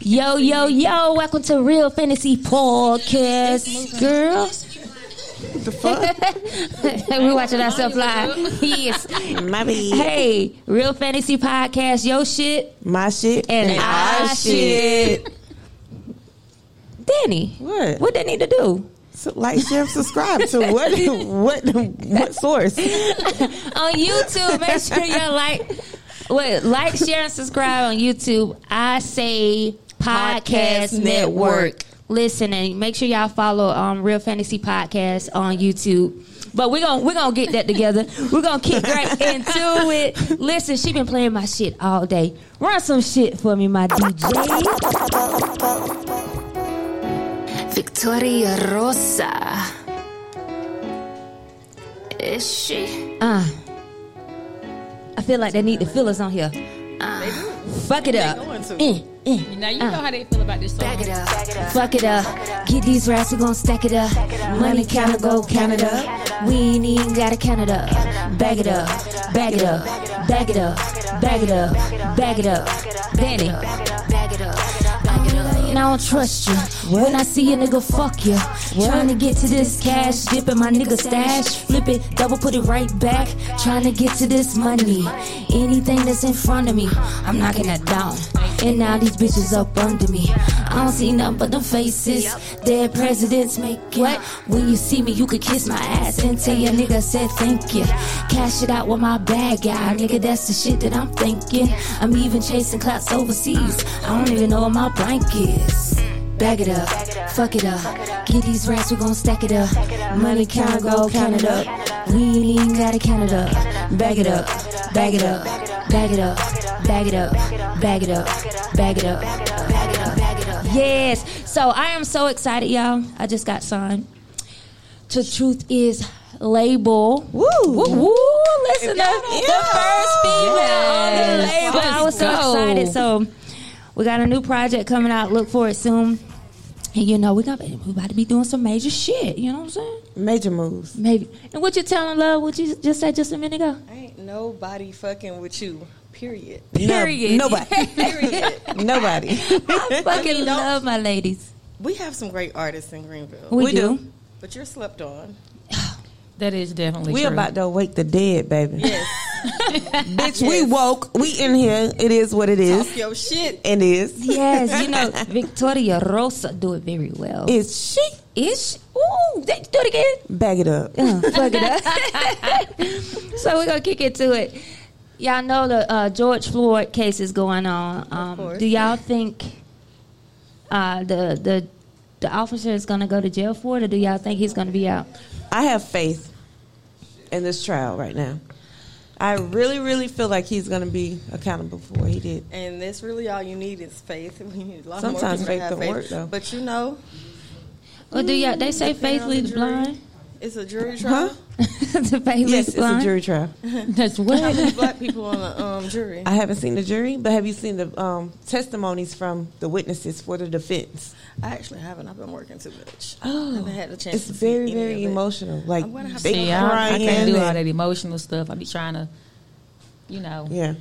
Yo, yo, yo, welcome to Real Fantasy Podcast, girl. The fuck? we watching ourselves live. Yes. my bed. Hey, Real Fantasy Podcast, yo shit My shit. and, our our shit. Danny. What? What they need to do? So like, share, and subscribe to what? What? What source? on YouTube. Make sure you like, wait, like, share, and subscribe on YouTube. I say podcast, Podcast network. Network. Listen and make sure y'all follow um, Real Fantasy Podcast on YouTube. But we're gonna we're gonna get that together. We're gonna kick right into it. Listen, she been playing my shit all day. Run some shit for me, my DJ. Victoria Rosa. Is she? Uh, I feel like they need the fillers on here. Fuck it up. Eh, eh. Now you know how they feel about this song. Back it up. Fuck it up. Get these racks, we gon' stack it up. Money counter, go count it up. We ain't even gotta count it up. Bag it up, bag it up, bag it up, bag it up, bag it up. Danny. Back it up. Back it up. And I don't trust you. When I see a nigga, fuck you. Trying to get to this cash, dipping my nigga stash. Flip it, double put it right back. Trying to get to this money. Anything that's in front of me, I'm knocking that down. And now these bitches up under me. I don't see nothing but them faces. Dead presidents make it. When you see me, you could kiss my ass and tell your nigga said thank you. Cash it out with my bad guy, nigga. That's the shit that I'm thinking. I'm even chasing clouds overseas. I don't even know where my blank is. Bag it up, fuck it up. Get these racks, we gon' stack it up. Money counter, go count it up. We ain't even gotta count it up. Bag it up, bag it up, bag it up, bag it up, bag it up, bag it up. Back it up. Back it up. Yes. So I am so excited, y'all. I just got signed. To Truth is Label. Woo. Woo, woo. Listen, the, the Yeah. first female on the Yes. label. I was so Let's go. excited. So we got a new project coming out. Look for it soon. And you know, we're gonna be, we about to be doing some major shit. You know what I'm saying? Major moves. Maybe. And what you telling love, what you just said just a minute ago? Ain't nobody fucking with you. Period. No- Period. nobody. Period. Nobody. I fucking love my ladies. we have some great artists in Greenville, We, We do. do. but you're slept on. That is definitely We true. about to wake the dead, baby. Bitch, we woke. We in here. It is what it is. Talk your shit. And is. Yes, you know, Victoria Rosa do it very well. Is she? ish. Ooh, they do it again. Bag it up. Uh, fuck it up. so we're gonna kick it to it. Y'all know the uh, George Floyd case is going on. Um, course. do y'all think uh, the the the officer is gonna go to jail for it, or do y'all think he's gonna be out? I have faith in this trial right now. I really, really feel like he's going to be accountable for what he did. And that's really all you need is faith. We need a lot Sometimes more people to faith have don't work, though. But you know, Or do y'all? They say faith on leads the jury. blind. it's a Huh? jury trial. the faith Yes, leads it's a blind. jury trial. That's How many what. black people on the um, jury? I haven't seen the jury, but have you seen the um, testimonies from the witnesses for the defense? I actually haven't. I've been working too much. Oh. I haven't had a chance. Oh, It's to very, see any very of it. emotional. Like I'm gonna have they to- See, I, I crying. can't do all and- that emotional stuff. I be trying to, you know. Yeah,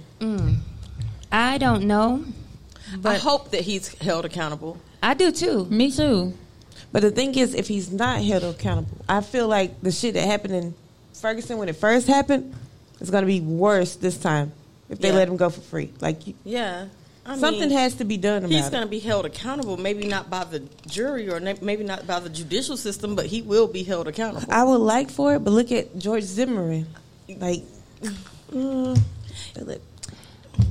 I don't know. I hope that he's held accountable. I do too. Me too. but the thing is, if he's not held accountable, I feel like the shit that happened in Ferguson when it first happened is going to be worse this time if they Yeah. let him go for free. Like you, Yeah. I something mean, has to be done about He's it. going to be held accountable, maybe not by the jury or na- maybe not by the judicial system, but he will be held accountable. I would like for it, but look at George Zimmerman. Like, uh, look,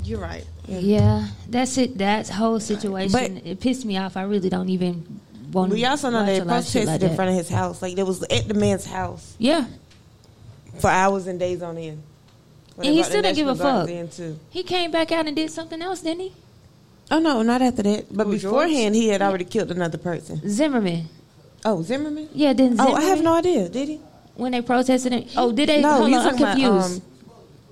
You're right. Yeah, that's it. That whole situation But- it pissed me off. I really don't even want. we also know watch they a lot of shit protested like in that. front of his house. Like, they was at the man's house Yeah, for hours and days on end. When And he they brought the still didn't give a National Guard fuck. in, too. He came back out and did something else, didn't he? Oh no, not after that. But Who, George? beforehand, he had already killed another person. Zimmerman. Oh, Zimmerman. Yeah, didn't Oh, Zimmerman? I have no idea. Did he? When they protested him. Oh, did they? no, hold you on, I'm talking about, um, confused.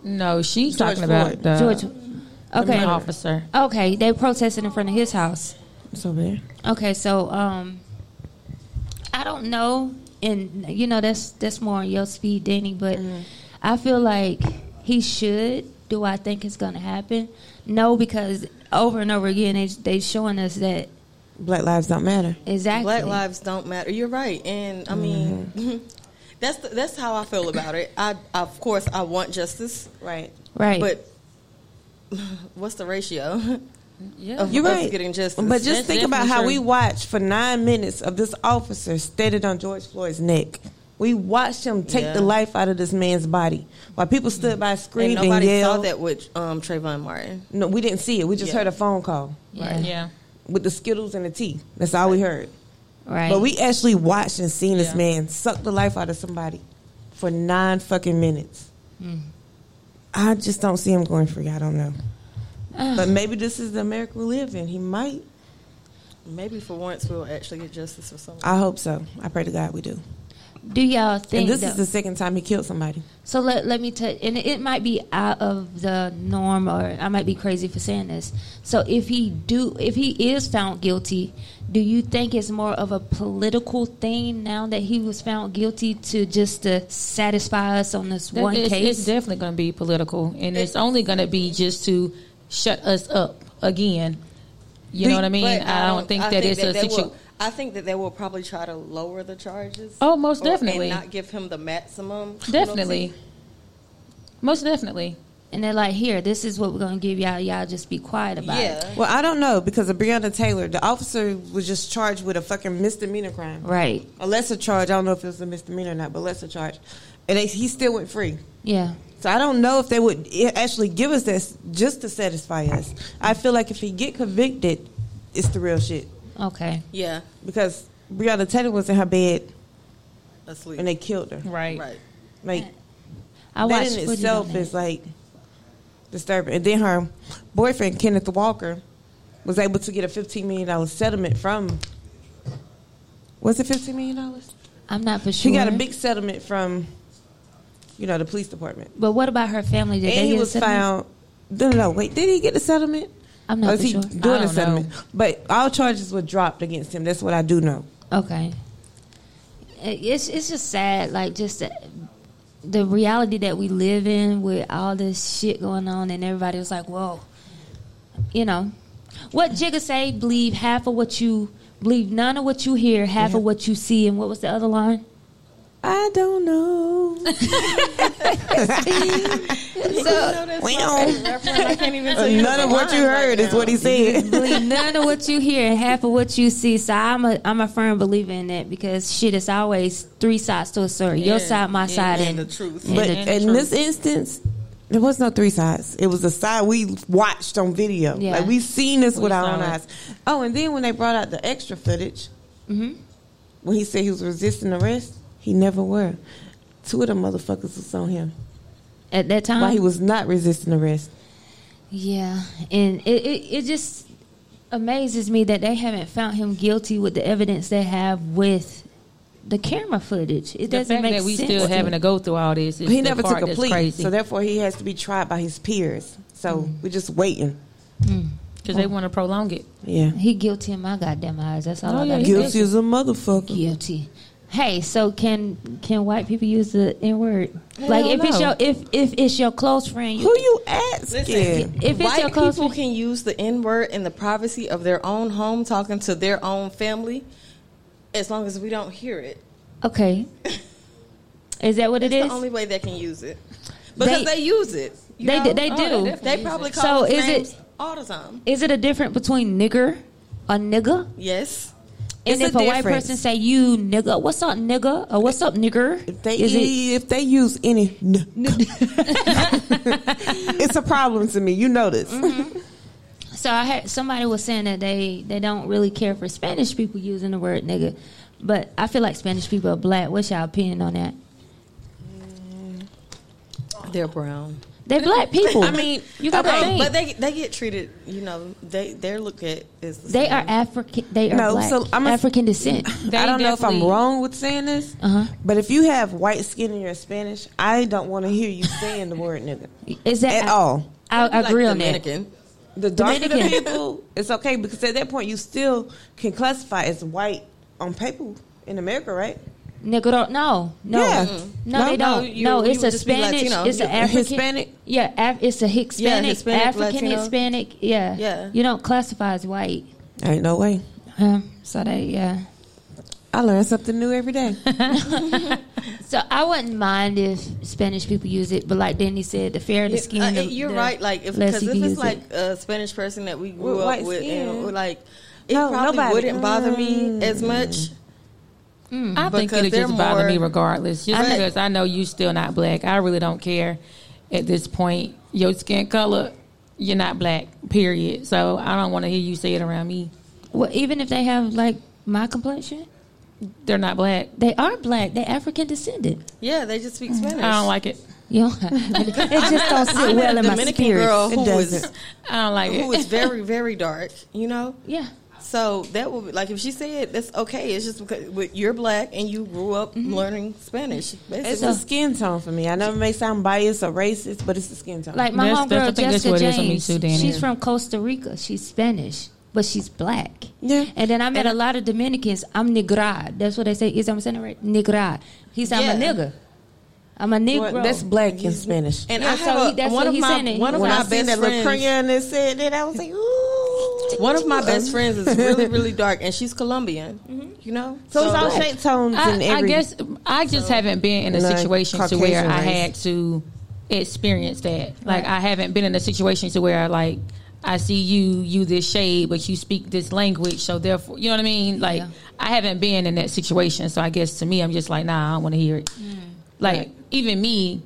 No, she's George talking about Floyd. the George. the Okay. officer. Okay, they protested in front of his house. It's over there. Okay, so um, I don't know, and you know that's that's more on your speed, Mm-hmm. Danny. But I feel like he should. Do I think it's gonna happen? No, because over and over again they they showing us that Black lives don't matter. exactly. Black lives don't matter. You're right, and I mean, Mm-hmm. that's the, that's how I feel about it. I of course I want justice, Right. right? but what's the ratio? Yeah. Of- You're us right. getting justice. But just That's think about definitely how true. we watched for nine minutes of this officer standing on George Floyd's neck. We watched him take Yeah. the life out of this man's body while people stood by, And screamed, and, nobody saw yelled. that with um, Trayvon Martin. No, we didn't see it. We just Yeah. heard a phone call yeah, yeah. with the Skittles and the tea. That's all we heard. right. But we actually watched and seen this Yeah. man suck the life out of somebody for nine fucking minutes. Hmm. I just don't see him going free. I don't know. but maybe this is the America we live in. He might. Maybe for once we'll actually get justice for someone. I hope so. I pray to God we do. do y'all think And this though- is the second time he killed somebody. So let, let me tell and it might be out of the norm, or I might be crazy for saying this. So if he do, if he is found guilty, do you think it's more of a political thing now that he was found guilty to just to satisfy us on this That- one it's, case? It's definitely going to be political, and it's only going to be just to shut us up again. You know what I mean? But um, I don't think I that it's a they will- situation. I think that they will probably try to lower the charges. Oh, most or- and definitely. not give him the maximum. penalty. Definitely, most definitely. and they're like, here, this is what we're gonna give y'all. Y'all just be quiet about it. Yeah. Well, I don't know because of Breonna Taylor. The officer was just charged with a fucking misdemeanor crime. Right? A lesser charge. I don't know if it was a misdemeanor or not, but lesser charge. And they, he still went free. Yeah. So I don't know if they would i- actually give us this just to satisfy us. I feel like if he get convicted, it's the real shit Okay. Yeah. because Breonna Taylor was in her bed Asleep. and they killed her. Right. right. Like I that watched in footage itself of that. is like disturbing. And then her boyfriend Kenneth Walker was able to get a fifteen million dollar settlement from. Was it fifteen million dollars? I'm not for sure. She got a big settlement from, you know, the police department. But what about her family? Did and they he get was settlement? found. No, no, no. Wait, did he get the settlement? I'm not Or for is he sure. I doing the don't settlement? But all charges were dropped against him. That's what I do know. Okay. It- It's it's just sad, like just the, the reality that we live in with all this shit going on, and everybody was like, "Whoa," you know. What Jigga say? Believe half of what you believe, none of what you hear, half of what you see, and what was the other line? I don't know. So, I can't even Uh, tell you None the of what you line right heard is now. what he said. believe none of what you hear and half of what you see. So I'm a I'm a firm believer in that because shit, it's always three sides to a story: your Yeah, side, my yeah, side, And and the truth. But And the in truth. this instance, there was no three sides. It was a side we watched on video. Yeah. Like we seen this with We our saw own it. eyes. Oh, and then when they brought out the extra footage, Mm-hmm. when he said he was resisting arrest, he never were. Two of them motherfuckers was on him at that time, while he was not resisting arrest. Yeah, and it, it, it just amazes me that they haven't found him guilty with the evidence they have with the camera footage. It The doesn't fact make that we sense. still to me. having to go through all this is he the never part took a that's plea, crazy Mm-hmm. so therefore he has to be tried by his peers. So we're just waiting. because they want to prolong it. Yeah, he guilty in my goddamn eyes. That's all Oh, I yeah, got. he Guilty. guilty as a motherfucker. guilty. Hey, so can can white people use the n word? Like if it's no. your if if it's your close friend, Who you, you asking? if it's your White close people friend, can use the N word in the privacy of their own home, talking to their own family, as long as we don't hear it. okay. Is that what it It's is? the only way they can use it because They- they, use it. you They know? d- they Oh, do. they definitely They probably So call so is is it- names all the time. is it a difference between nigger, a nigga? Yes, And It's a if a, white difference. person say you nigga, what's up nigga, or what's up nigger? If they is it if they use any, it's a problem to me. You know this. so? I had somebody was saying that they they don't really care for Spanish people using the word nigga, but I feel like Spanish people are black. What's your opinion on that? they're brown, They're black people. I mean, you got to okay, think. but they they get treated. You know, they they're looked at as the they same. are African. They are No, black, so I'm a- African descent. They I don't know if I'm definitely- wrong with saying this, Uh-huh. but if you have white skin and you're Spanish, I don't want to hear you saying the word nigga Is that at all. I, I agree like on that. Dominican. The darker the Dominican. people, it's okay because at that point you still can classify as white on paper in America, right? Negro, no, no, Yeah. No, no, they Mm-hmm. no, don't. No, you- you it's would a just be Spanish, Latino. it's an You- African, Hispanic? yeah, Af- it's a Hispanic, Hispanic, African, Latino. Hispanic, yeah, Yeah. You don't classify as white, Ain't no way. um, so they, yeah. I learn something new every day. So I wouldn't mind if Spanish people use it, but like Danny said, the fairer the Yeah, skin, uh, the- you're the right. Like, if less because you if can it's use like it. a Spanish person that we grew With up white with, skin. and like, it No, probably nobody. Mm. wouldn't bother me as much. I think Because it'll just they're bother more- me regardless. Just Right. because I know you still not black. I really don't care at this point. Your skin color, you're not black, period. So I don't want to hear you say it around me. Well, even if they have like my complexion, They're not black. they are black. They're African descended. Yeah, they just Mm. speak Spanish. I don't like it. You know, it just don't sit I met well a in my Dominican spirit. girl It who was doesn't. I don't like who was it. very very dark. You know, Yeah, so that would be like if she said that's okay. It's just because but you're black and you grew up Mm-hmm. learning Spanish. It's Basically. a skin tone for me. I know it may sound biased or racist, but it's a skin tone. like my That's- homegirl that's- I think that's Jessica what it is with me James. too, Danny. she's from Costa Rica. She's Spanish, but she's black. Yeah. And then I met a lot of Dominicans. I'm negra. That's what they say. Is I'm saying it right? Negra. He's I'm Yeah. a nigga. I'm a negro. Well, that's black in Spanish. and Yeah, I so have he- a, that's one what of he's my saying. one of when my I seen best that little friends. crayon that said that, I was like, ooh. One of my best friends is really, really dark, and she's Colombian. Mm-hmm. You know, So it's all shade tones I, and I every. guess I just haven't been in a like, situation to where Caucasian I race. had to experience that. Like I haven't been in a situation to where like I see you, you this shade, but you speak this language, so therefore, you know what I mean. Like Yeah. I haven't been in that situation, so I guess to me, I'm just like, nah, I don't want to hear it. Mm. Like even me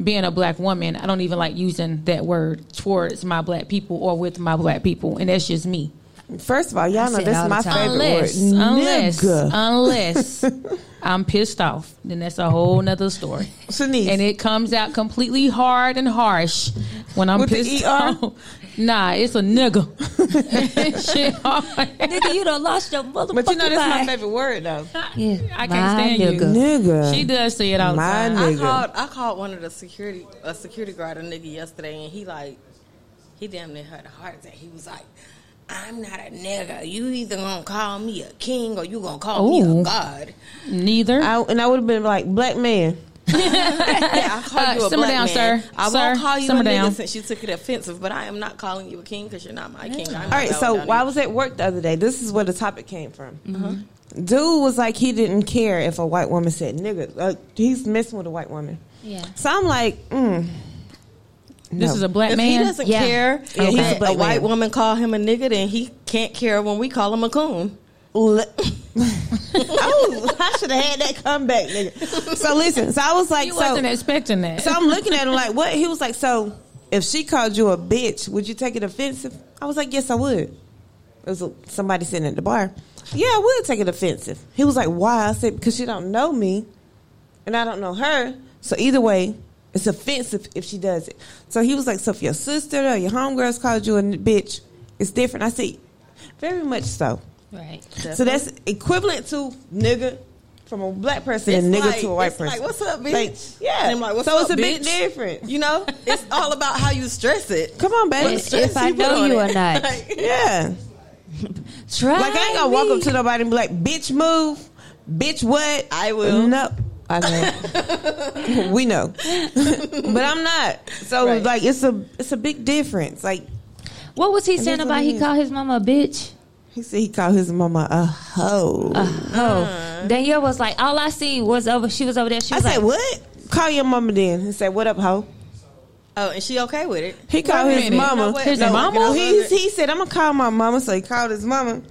being a black woman, I don't even like using that word towards my black people or with my black people, and that's just me. First of all, I y'all say know it all that's my the time. favorite Unless, word. unless, uh, Nigga. unless I'm pissed off, then that's a whole nother story. Shanice. And it comes out completely hard and harsh when I'm With the pissed ER? off. Nah, it's a nigga. Shit hard. nigga, you done lost your motherfucking but you know that's my mind. favorite word though. Yeah, I can't my stand you. nigga. Nigga. She does say it all the My time. nigga. I called I called one of the security a security guard a nigga yesterday, and he like he damn near had a heart attack. He was like, "I'm not a nigga. You either gonna call me a king or you gonna call me Ooh. a god." Neither. I, and I would have been like black man. Yeah, I call Uh, you a simmer black down, man. sir. I Sir, won't call you a simmer nigga down. since you took it offensive, but I am not calling you a king because you're not my king. I'm All right, so while I was at work the other day, this is where the topic came from. Mm-hmm. Uh-huh. Dude was like he didn't care if a white woman said nigga. Uh, he's messing with a white woman. Yeah. So I'm like, mm, this no. is a black if he man. doesn't Yeah. care, Yeah, he's a that a, black white man. woman call him a nigga, then he can't care when we call him a coon. Le- oh, I should have had that comeback, nigga. So listen, so I was like, you so, wasn't expecting that. so I'm looking at him like, what? He was like, so if she called you a bitch, would you take it offensive? I was like, yes, I would. It was a, somebody sitting at the bar. Yeah, I would take it offensive. He was like, why? I said, because she don't know me, and I don't know her. So either way, it's offensive if she does it. So he was like, so if your sister or your homegirls called you a n- bitch, it's different. I said, very much so. Right. So that's equivalent to nigga from a black person It's and nigga like- to a white it's person. Like, what's up, bitch? Like, yeah. And I'm like, what's so up, it's a big bitch? difference. You know, it's all about how you stress it. Come on, baby. If- if I You put know on you it. or not. Like, yeah. Try Like I ain't gonna walk me. up to nobody and be like, bitch move, bitch what? I will. No. I know. we know. but I'm not. So Right. like it's a it's a big difference. Like What was he saying that's about what he it is. called his mama a bitch? he said he called his mama a hoe. Oh, Danielle was like, all I seen was over. She was over there. She I was said, like, What? Call your mama then and say, What up, hoe? Oh, and she okay with it? He called Wait a his minute. mama. You know what? His mama? He, he said, I'm going to call my mama. So he called his mama.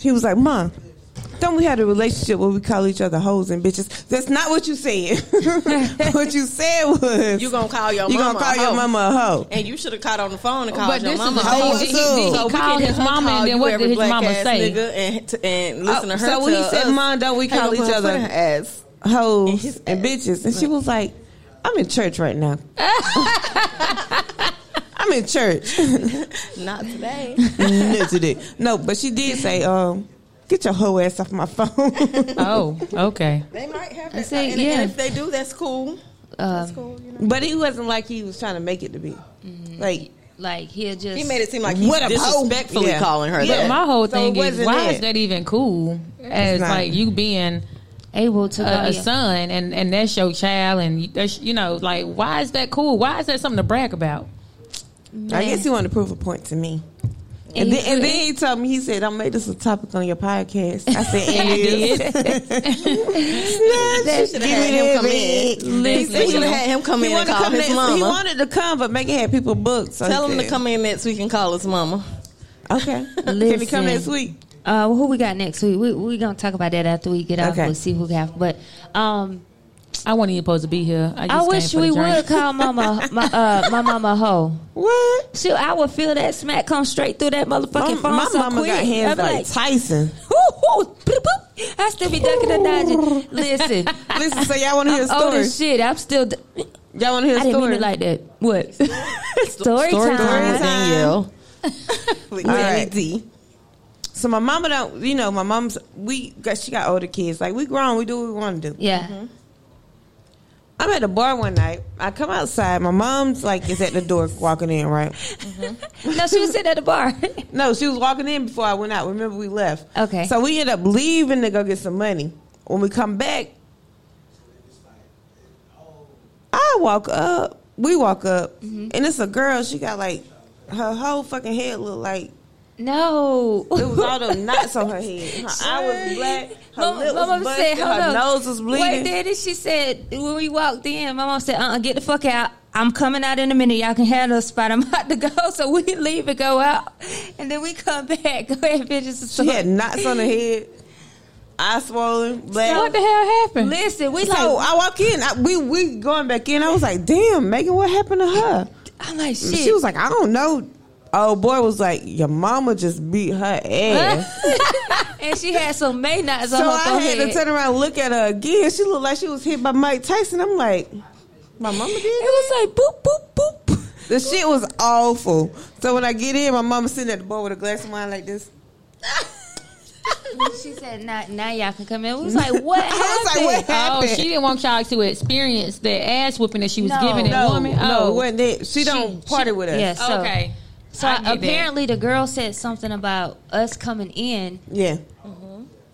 He was like, Mom, don't we have a relationship where we call each other hoes and bitches? That's not what you said. what you said was, You gonna call your you mama? gonna call a your hoe. mama a hoe. And you should have caught on the phone and called but your this mama. is a the hoe. thing. was Did, did too. So he we call can his him mama call and then you what every did his black mama ass say? Nigga, and, t- and listen to her. so he tell said, us, Mom, don't we "Hey, call your each other motherfucking ass. hoes his and ass. bitches? And she was like, I'm in church right now. I'm in church. Not today. no, today. no, but she did say, um, get your hoe ass off my phone. Oh, okay. they might have I that. say, and, yeah. and if they do, that's cool. um, That's cool. You know? But he wasn't like he was trying to make it to be. Like like he'll just. He made it seem like he's What a hoe. disrespectfully Yeah. calling her. Yeah. that. My whole So thing it is, wasn't why that. is that even cool? As not. like you being able to a, go a yeah. son and, and that's your child and you- that's, you know like why is that cool why is that something to brag about I guess he wanted to prove a point to me. And then, and then he told me, he said, I made this a topic on your podcast. I said, and it is. Snatch, should've give had me him that come big. in. He Listen, said we he should've wa- had him come he in and wanted to call his next- He mama. wanted to come, but Megan had people booked. So Tell he him to said, come in next week and call his mama. Okay. Can he Listen. come next week? Uh, who we got next week? We we gonna talk about that after we get off. Okay. We'll see who we have. But um, i wasn't even supposed to be here i, just I came wish for the we journey. would call mama my uh my mama a hoe. What? Shoot, I would feel that smack come straight through that motherfucking my phone my so mama quick. got hands I'd be like, Tyson. Woo, woo, bloop, bloop. I still be ducking and dodging. Listen, Listen, so y'all want to hear a I'm old story? as shit. I'm still. D- Y'all want to hear I a didn't mean story? it like that. What? story, time. time. Danielle. All Nanny right. So my mama don't, you know, my mom's, we got, she got older kids. Like, we grown, we do what we want to do. Yeah. Mm-hmm. I'm at the bar one night. I come outside. My mom's like is at the door walking in, right? No, she was sitting at the bar. No, she was walking in before I went out. Remember we left. Okay. So we end up leaving to go get some money. When we come back, I walk up. We walk up, Mm-hmm. and it's a girl. She got like her whole fucking head look like no. it was all them knots on her head. Her eye was black. Her Mama, lip was mama busted, said, "Hold her up." nose was Wait, bleeding. Daddy, she said when we walked in, my mom said, "Uh, uh get the fuck out. I'm coming out in a minute. Y'all can handle a spot. I'm about to go." So we leave and go out, and then we come back. Go ahead, bitches. She had knots on her head. Eye swollen, black. what the hell happened Listen, we like. So I walk in. I, we we going back in. I was like, damn, Megan, what happened to her? I'm like, shit. She was like, I don't know. Oh boy was like, your mama just beat her ass. and she had some May knots so on her I forehead. had to turn around and look at her again. She looked like she was hit by Mike Tyson. I'm like, my mama did. it was like boop boop boop. The shit was awful. So when I get in, my mama sitting at the bar with a glass of wine like this. She said, "Now, now y'all can come in." We was like, "What I was like, happened?" what Oh, happened? she didn't want y'all to experience the ass whooping that she was No. giving that no, woman. no, oh, it wasn't that. She, don't party with us. yeah, so, okay. So I get that. apparently, the girl said something about us coming in, Yeah.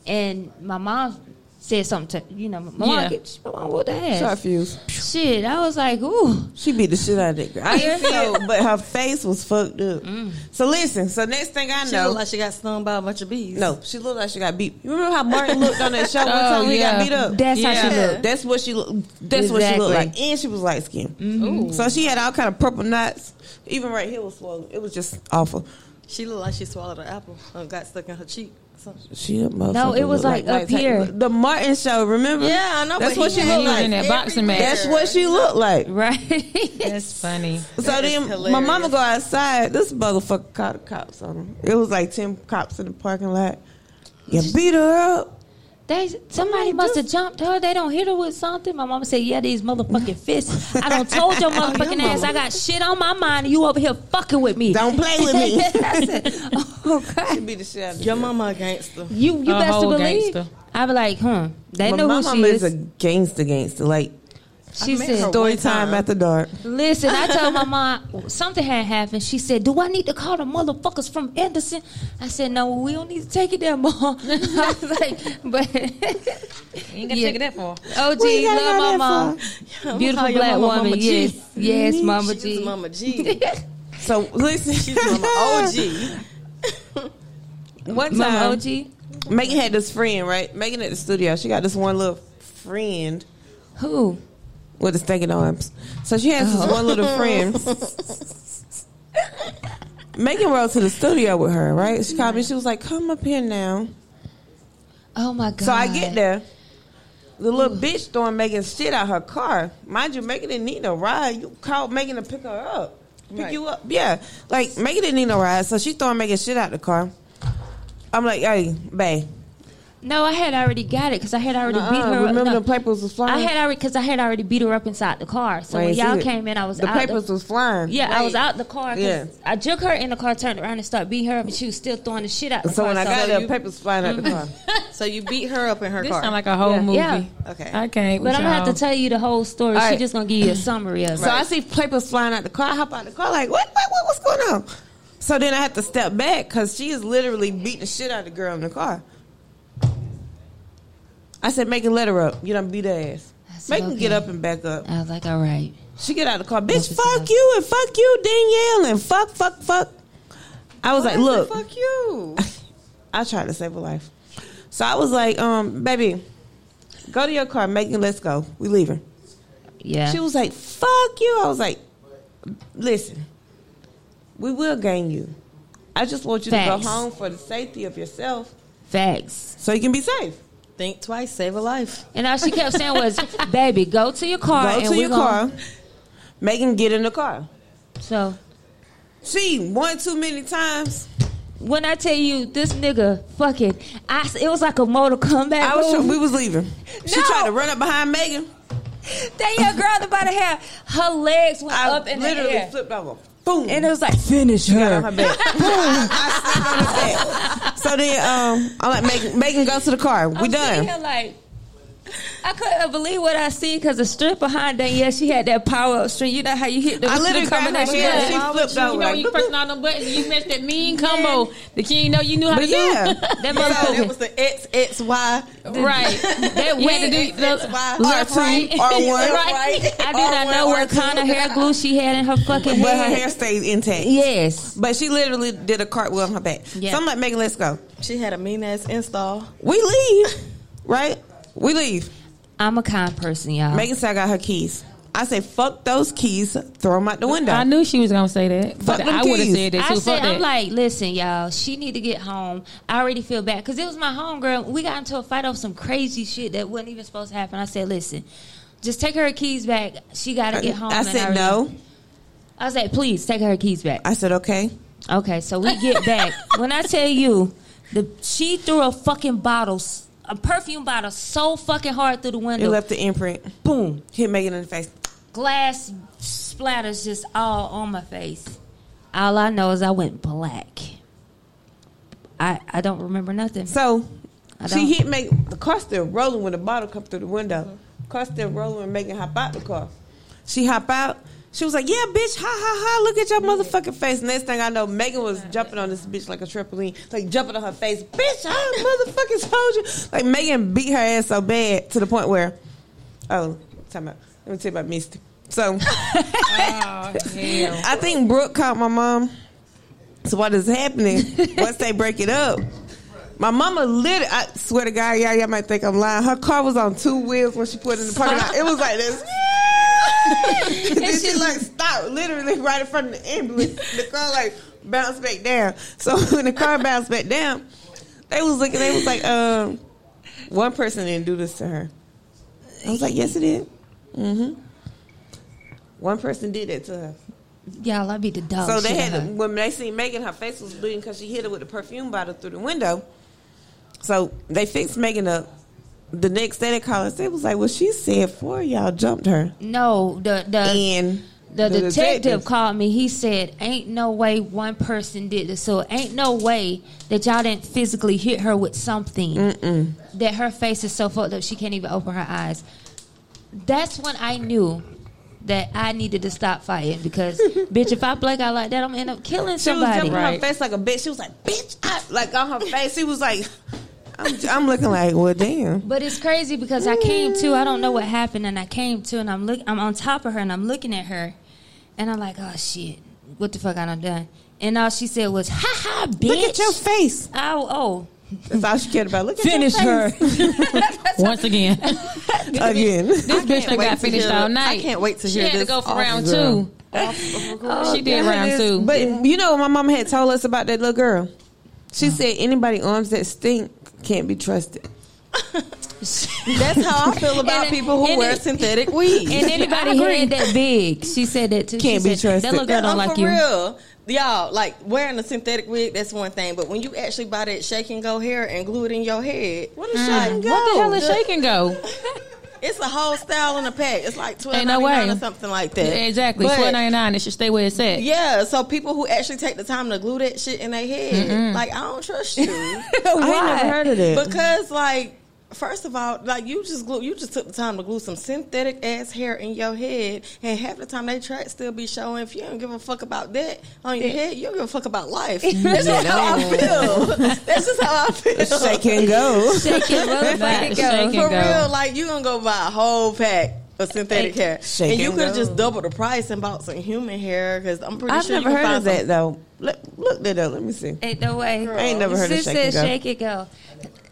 and my mom said something. To, you know, my mom, Yeah. get, my mom whooped her ass. So I fuse. Shit, I was like, "Ooh, She beat the shit out of that girl. I didn't see it, but her face was fucked up. So listen, so next thing I She know, looked like she got stung by a bunch of bees. no, she looked like she got beat. You remember how Martin looked on that show one Oh, time when yeah. he got beat up? that's how she Yeah. looked." That's what she looked. That's what she looked like, Exactly. and she was light skinned Mm-hmm. So she had all kind of purple knots. Even right here was swollen. It was just awful. She looked like she swallowed an apple and got stuck in her cheek. So- She a motherfucker No, it was like looked up Mike Tyson. here. The Martin show, remember? Yeah, I know. That's but what he she had looked He was like. in that boxing match. That's what she looked like. Right, That's funny. So That is then my hilarious. mama go outside. This motherfucker caught the cops on him. It was like ten cops in the parking lot. You beat her up. they somebody must have jumped her. They don't hit her with something. My mama said, "Yeah, these motherfucking fists. I don't told your motherfucking ass. I got shit on my mind, and you over here fucking with me. Don't play with me. I said, "Oh God." She beat the shit out of me. Your mama a gangster. You you A best to whole believe. gangster. I be like, huh? They My know who mama she is. is a gangster gangster. Like she met said, her story one time. time. after dark. "Listen, I told my mom something had happened." She said, "Do I need to call the motherfuckers from Anderson?" I said, "No, we don't need to take it there, mom." I was like, "But ain't gonna take it that far. OG Where you gotta love go my that mom, I'ma beautiful call your black mama woman. Mama G. yes, yes, Mama She's G. Mama G. So listen, She's Mama OG. One Mama time, OG. Megan had this friend, right? Megan at the studio. She got this one little friend Who? Oh. with the stinking arms. So she has this one little friend. Megan rode to the studio with her, right? She called me. She was like, "Come up here now." Oh my God! So I get there. The little bitch throwing Megan shit out her car. Mind you, Megan didn't need no ride. You called Megan to pick her up. Pick Right. you up. Yeah. Like Megan didn't need no ride. So she throwing Megan shit out the car. I'm like, hey, babe. No, I had already got it because I had already Nuh-uh. beat her. up. Uh-uh, Remember Uh-uh. No. the papers was flying? I had already because I had already beat her up inside the car. So I when ain't see y'all it. came in, I was the out. papers was flying. yeah, I was Right. out the car. 'cause Yeah. I took her in the car, turned around, and started beating her up, and she was still throwing the shit out. The So Mm-hmm. car, when I got So there, you- papers flying out the car. So you beat her up in her This car. sound like a whole Yeah. movie. Yeah. Okay. I can't. but I'm gonna have to tell you the whole story. All She right. just gonna give you a summary of it. So I see papers flying out the car. I hop out the car like, what, what, what, what's going on? So then I had to step back because she is literally beating the shit out of the girl in the car. I said, make a letter up. You done beat her ass. I said, Make him get okay. up and back up. I was like, all right. She get out of the car, bitch. That's what she Fuck does. you and fuck you, Danielle, and fuck, fuck, fuck. I was like, look, fuck you. I tried to save a life. So I was like, um, baby, go to your car, Megan, let's go. We leaving. Yeah. She was like, fuck you. I was like, listen, we will gain you. I just want you to Facts. go home for the safety of yourself Facts. so you can be safe. Think twice, save a life. And all she kept saying was, baby, go to your car. go and to we your gonna- car. Megan, get in the car. So She, one too many times. when I tell you this nigga fucking, I, it was like a motor comeback. I was, move. sure we was leaving. She No. tried to run up behind Megan. That young girl that about to have her legs went I up in literally the air. flipped over. Boom. And it was like, finish got on her. her back. I slipped on her back. So then um, I'm like, Megan, Megan, go to the car. We I'm sitting done. here like, I couldn't believe what I see because the strip behind that, yeah, she had that power up string. You know how you hit the I literally coming grabbed her out your hand. butt. She flipped over. You know, like, you pressing all them buttons, you missed that mean combo that you didn't know you knew how to But yeah. do. That So motherfucker. it was the X X Y. right. That You way to had do the why. left, R2, R1. right. I did not know what kind of hair glue she had in her fucking But her hair. hair stayed intact. Yes. But she literally did a cartwheel on her back. So I'm like, Megan, let's go. She had a mean ass install. We leave, right? We leave. I'm a kind person, y'all. Megan said I got her keys. I say, fuck those keys. Throw them out the window. I knew she was gonna say that, but Fuck them I would keys. have said that I too. said, Fuck that. I'm like, listen, y'all, she need to get home. I already feel bad because it was my homegirl. We got into a fight over some crazy shit that wasn't even supposed to happen. I said, listen, just take her keys back. She got to get home. I and said already- no. I said, please take her keys back. I said okay. Okay, so we get back. when I tell you, the she threw a fucking bottle, s- a perfume bottle, so fucking hard through the It window. left the imprint. Boom, Hit Megan in the face. glass splatters just all on my face. All I know is I went black. I I don't remember nothing. So I don't. she hit Megan. The car still rolling when the bottle come through the window. Car still rolling and Megan hop out the car. She hop out. She was like, "Yeah, bitch, ha ha ha! Look at your motherfucking face." Next thing I know, Megan was jumping on this bitch like a trampoline, like jumping on her face. Bitch, I motherfucking told you. Like Megan beat her ass so bad to the point where, oh, time out. Let me tell you about Misty. Oh, So I think Brooke caught my mom. So what is happening? Once they break it up, my mama lit. I swear to God, y'all, y'all might think I'm lying. Her car was on two wheels when she put it in the parking lot. It was like this. then she like stopped literally right in front of the ambulance. The car like bounced back down. So when the car bounced back down, they was looking. They was like, um, one person didn't do this to her. I was like, yes, it did. Mm-hmm. One person did that to her. Y'all, I be the dog. So they Oh, shit had out of her. when they seen Megan, her face was bleeding because she hit her with a perfume bottle through the window. So they fixed Megan up. The next day they called us. They was like, "Well, she said four of y'all jumped her." no the the. And Uh, the detective, called me. He said, "Ain't no way one person did this. So ain't no way that y'all didn't physically hit her with something. That her face is so fucked up she can't even open her eyes." That's when I knew that I needed to stop fighting because, bitch, if I blink out like that, I'm gonna end up killing She was somebody. jumping on her face like a bitch. She was like, "Bitch," I, like on her face. She was like, "I'm, I'm looking like, well, damn." But it's crazy because I came to, I don't know what happened, and I came to, and I'm look, I'm on top of her, and I'm looking at her, and I'm like, oh shit, what the fuck I done done? And all she said was, ha ha, bitch. Look at your face. Ow, oh. That's all she cared about. Look at Finish your her. face. Once again, again. this bitch done wait got to finished hear- all I night. can't wait to she hear had this to go for off round girl. two. she did round two. But you know, what my mom had told us about that little girl. She said anybody arms that stink can't be trusted. That's how I feel about it- people who and wear it- synthetic weed. And anybody head that big, she said that too. Can't she be said, trusted. That little girl Yeah, don't I'm like for you. real. Y'all, like wearing a synthetic wig, that's one thing. But when you actually buy that shake and go hair and glue it in your head, What is mm. go? What the hell is shaking go? it's a whole style in a pack. It's like twelve Ain't no way. ninety nine or something like that. Exactly. But- Four ninety nine. It should stay where it's at. Yeah, so people who actually take the time to glue that Mm-hmm. shit in their head, like I don't trust you I ain't never heard of that. because like First of all, like you just glue, you just took the time to glue some synthetic ass hair in your head, and half the time they track still be showing. If you don't give a fuck about that on your head, you don't give a fuck about life. That's just how I feel. That's just how I feel. Shake and go. Shake it, motherfucker, Right, go. shake For and go. real, like you gonna go buy a whole pack of synthetic hair, Shake and you and could have go. just doubled the price and bought some human hair because I'm pretty I've sure never you can heard find of some- that though. Look, look that up. Let me see. Ain't no way. I ain't never heard of Sis shake said and go. shake it go.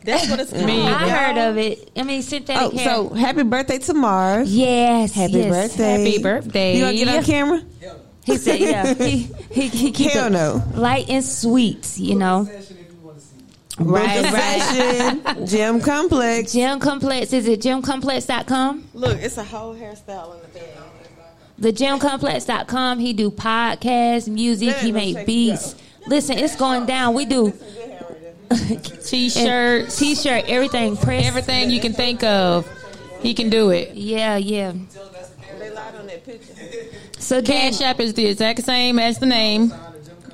That's what it's called. I y'all. heard of it. I mean synthetic Oh, hair. so happy birthday to Mars. yes. Happy yes. birthday. Happy birthday. You gonna get on camera? He said, yeah. He he, he keep Hell it no. light and sweet, you know. Right, Rosa right. Fashion, Gym Complex. Gym Complex, is it gymcomplex.com? Look, it's a whole hairstyle in the bag. The gymcomplex.com. He do podcasts, music, he make beats. Listen, it's going down. We do T-shirts, t-shirt, everything, press. everything you can think of. He can do it. Yeah, yeah. So then, Cash App is the exact same as the name.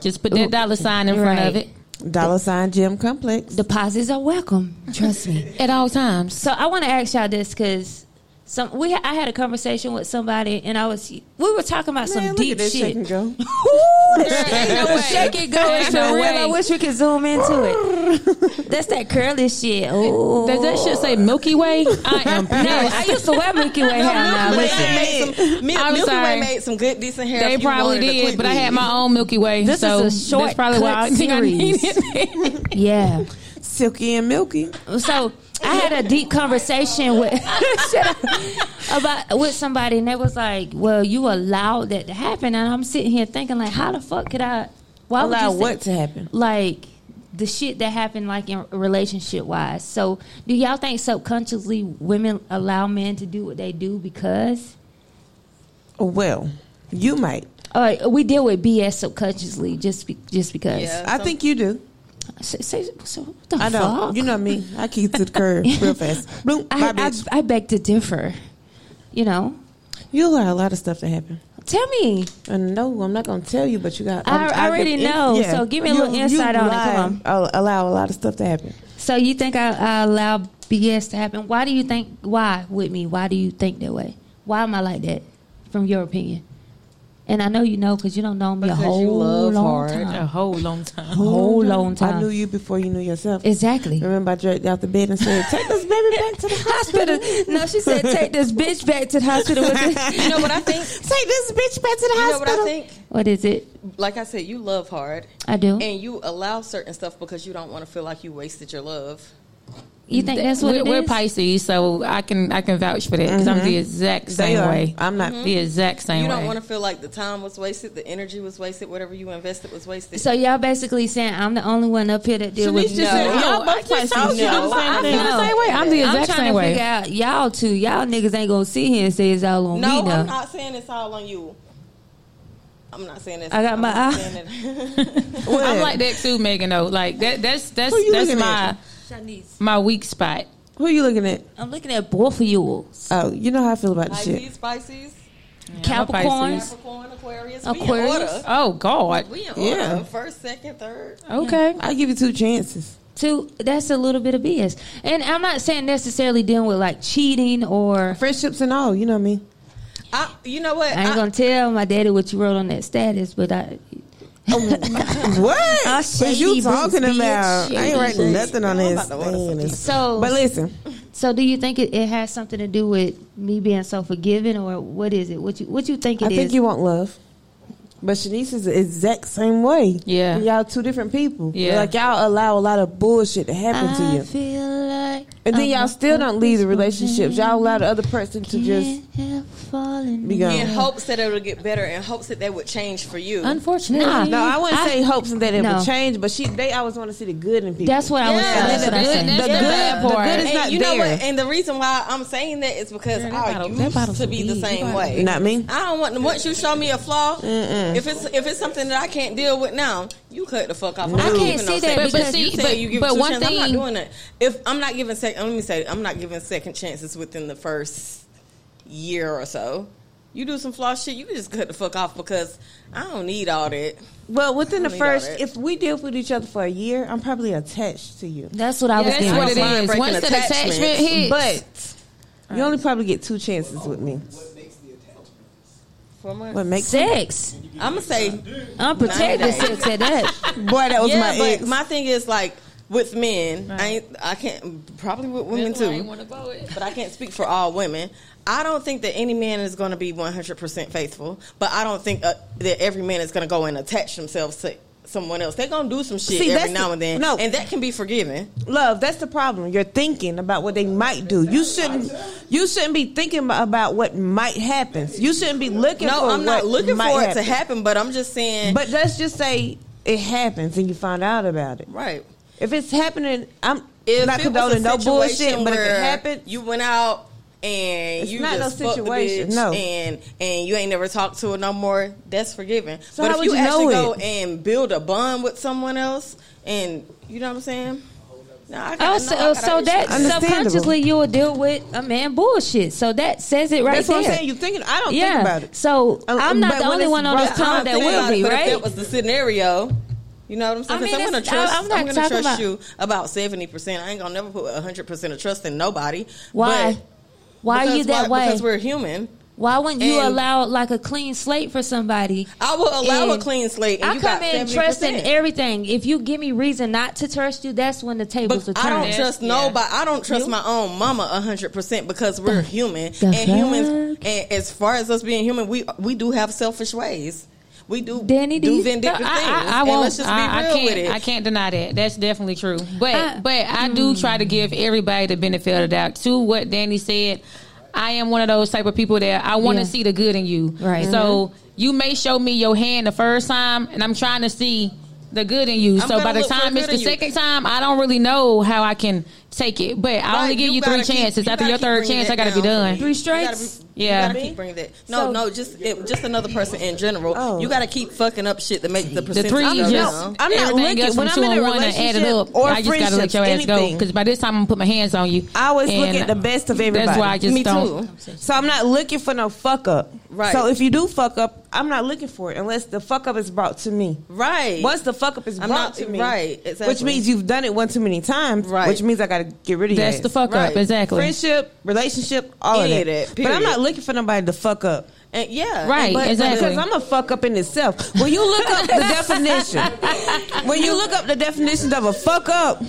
Just put that dollar sign in front of Right. it Dollar sign Gym Complex. deposits are welcome. Trust me. at all times. So I want to ask y'all this because some we I had a conversation with somebody and I was we were talking about Man, some look deep at this shake shit. and go. Ooh, this Girl, shit. ain't no way. Shake it going Ain't for no real. way. I wish we could zoom into it. That's that curly shit. Ooh. Does that shit say Milky Way? I am No, I pissed. used to wear Milky Way hair. Now Milky Way listen. made some, Mil- I'm Milky sorry. Way made some good, decent hair. They if you probably wanted a did, quick but I had wig. my own Milky Way. This so is a that's probably why I shortcut think I series. needed it. Yeah. Silky and Milky. So I had a deep conversation with Shut up. about with somebody, and they was like, "Well, you allowed that to happen," and I'm sitting here thinking, like, how the fuck could I? Why would Allow you say- what to happen? Like the shit that happened, like in relationship wise. So, do y'all think subconsciously women allow men to do what they do because? Well, you might. Uh, we deal with BS subconsciously just be, just because. Yeah. I think you do. So, so, so what the I don't. fuck? You know me. I keep to the curb real fast. Bloom, I, bye, bitch. I, I beg to differ. You know, you allow a lot of stuff to happen. tell me. And no, I'm not going to tell you, but you got. I- I'm- I already it- know, so give me a little insight on it. Come lie. on. I'll allow a lot of stuff to happen. So you think I, I allow BS to happen? Why do you think? Why with me? Why do you think that way? Why am I like that? From your opinion, and I know you know because you don't know me Because a you whole love long hard. time. A whole long time. Whole long Mm-hmm. I time. knew you before you knew yourself. Exactly. Remember, I dragged you out the bed and said, "Take this baby back to the hospital." No, she said take this bitch back to the hospital. With this. You know what I think? Take this bitch back to the You know what hospital. I think? What is it? Like I said, you love hard, I Mm-hmm. do. and you allow certain stuff because you don't want to feel like you wasted your love. You think that's what we're, it we're is? Pisces, so I can I can vouch for that because I'm the exact They same are. way. I'm not. the exact same You way. don't want to feel like the time was wasted, the energy was wasted, whatever you invested was wasted. So y'all basically saying I'm the only one up here that deal with just said, no. "Y'all both I just Pisces." told you No, the same I thing. I'm know. the same way. I'm the I'm exact trying same to figure way. out y'all two. Y'all niggas ain't gonna sit here and say it's all on no, me now. I'm not saying it's all on you. I'm not saying it's I got I'm my not eye. saying it. What? I'm like that too, Megan. Though, like that. That's that's Who you that's looking my at? Shanice, my weak spot. Who are you looking at? I'm looking at both of you. Oh, you know how I feel about this shit. Pisces, Pisces, Yeah, I'm a Pisces. Capricorns. Capricorn, Aquarius, Aquarius? We in order. Oh God. We in Yeah. order. First, second, third. Okay. I give you two chances. Two, that's a little bit of BS. And I'm not saying necessarily dealing with like cheating or Friendships and all, you know me. I, you know what? I ain't I- gonna tell my daddy what you wrote on that status, but I What? I'll What shady you boots, talking bitch. about? I ain't writing nothing on I'm this about to order some thing. so But listen, so do you think it, it has something to do with me being so forgiving or what is it? What you what you think it I is? think you want love. But Shanice is the exact same way. Yeah. Y'all two different people. Yeah. Like y'all allow a lot of bullshit to happen I to you. feel like And then I'm y'all a still don't leave the hopeless relationships. Y'all allow the other person to just can't help falling be gone. in hopes that it'll get better, in hopes that they would change for you. Unfortunately, Nah. No, I wouldn't I- say hopes that it No. would change, but she they always want to see the good in people. That's what I was Yeah. saying. And That's then what I'm the saying. good, the That's the good, bad the part. good is and not you know there. what? And the reason why I'm saying that is because Girl, that I bottle- that used bottle's to be the big. same That way. Not me. I don't want. Once you show me a flaw, if it's if it's something that I can't deal with now, you cut the fuck off. I'm not can't giving see that second because chance. you You said but- you give but two one chances. I'm thing- not doing that. If I'm not giving second, let me say, I'm not giving second chances within the first year or so. you do some flaw shit, you can just cut the fuck off because I don't need all that. Well, within the I need all first, that. if we deal with each other for a year, I'm probably attached to you. That's what I was That's thinking. what it Mind is. breaking Once the attachments. attachment hits, But you only probably get two chances with me. For my, What makes sex, I'm gonna say unprotected Nine days. sex at that. Oh, boy that was yeah, my but ex. my thing is like with men, I ain't, I can't probably with women That's why I ain't too, wanna go with. but I can't speak for all women. I don't think that any man is going to be 100% faithful, but I don't think uh, that every man is going to go and attach themselves to someone else. They're going to do some shit See, that's every the- now and then, no. and that can be forgiven. Love, that's the problem. You're thinking about what they might do. You shouldn't. You shouldn't be thinking about what might happen. You shouldn't be looking. No, for I'm not what looking might for it to happen, but I'm just saying. But let's just say it happens and you find out about it. right. If it's happening, I'm If not it was a condoning no bullshit. situation But if it where happens, you went out and It's you not just no fucked the situation, bitch no. and and you ain't never talked to her no more. That's forgiving. So but how if would you, you actually know go it? and build a bond with someone else, and you know what I'm saying? No, I Oh, gotta- so, no, I gotta so that understand. Understandable. subconsciously you will deal with a man bullshit. So that says it right that's there. what I'm saying. You're thinking. I don't yeah. think about it. So Uh, Um, I'm but not the when only it's one on brought this I planet don't that think will about it, be but if right. that was the scenario. You know what I'm saying? I mean, 'Cause I'm gonna it's- I- trust. I, I'm am not gonna talking about- trust you about seventy percent. I ain't gonna never put hundred percent of trust in nobody. Why? Why are Because you that why- way? Because we're human. Why wouldn't you and- allow like a clean slate for somebody? I will allow a And clean slate. And I you come got in 70%. trusting everything. If you give me reason not to trust you, that's when the tables But will I turn. don't trust nobody. I don't trust You? my own mama hundred percent because we're human, the and humans. fuck? And as far as us being human, we we do have selfish ways. We do Danny, do do you- vindictive No, things. I, I, I and won't. let's just be I, I real can't, with it. I can't deny that. That's definitely true. But I- but I do hmm. try to give everybody the benefit of the doubt. To what Danny said, I am one of those type of people that I want to Yeah. see the good in you. Right. So Mm-hmm. you may show me your hand the first time, and I'm trying to see the good in you. I'm so gonna by the look for time the it's good the in you. second time, I don't really know how I can take it. But I only Like, give you, three gotta keep- chances. you After gotta your keep third bringing chance, that I got to be down. done. Three You gotta strikes? be- you Yeah. gotta keep bringing that. No, So- no, just it, just another person in general. Oh. You gotta keep fucking up shit that makes the The percentage. three go just down. I'm not everything looking. else from When I'm two in and a one and add it up. relationship or I just gotta let your ass friendships, go anything. because by this time I'm gonna put my hands on you. I always look And at the best of That's everybody. why I just Me don't. too. So I'm not looking for no fuck up. Right. So if you do fuck up, I'm not looking for it unless the fuck up is brought to me. Right. Once the fuck up is I'm brought not- to me, right, exactly. Which means you've done it one too many times, Right. Which means I got to get rid of That's your the ass. fuck Right. up, exactly. Friendship, relationship, all Any of of that. that, but I'm period. not looking for nobody to fuck up. And- yeah. Right, But- exactly. Because I'm a fuck up in itself. When you look up the definition, when you look up the definition of a fuck up,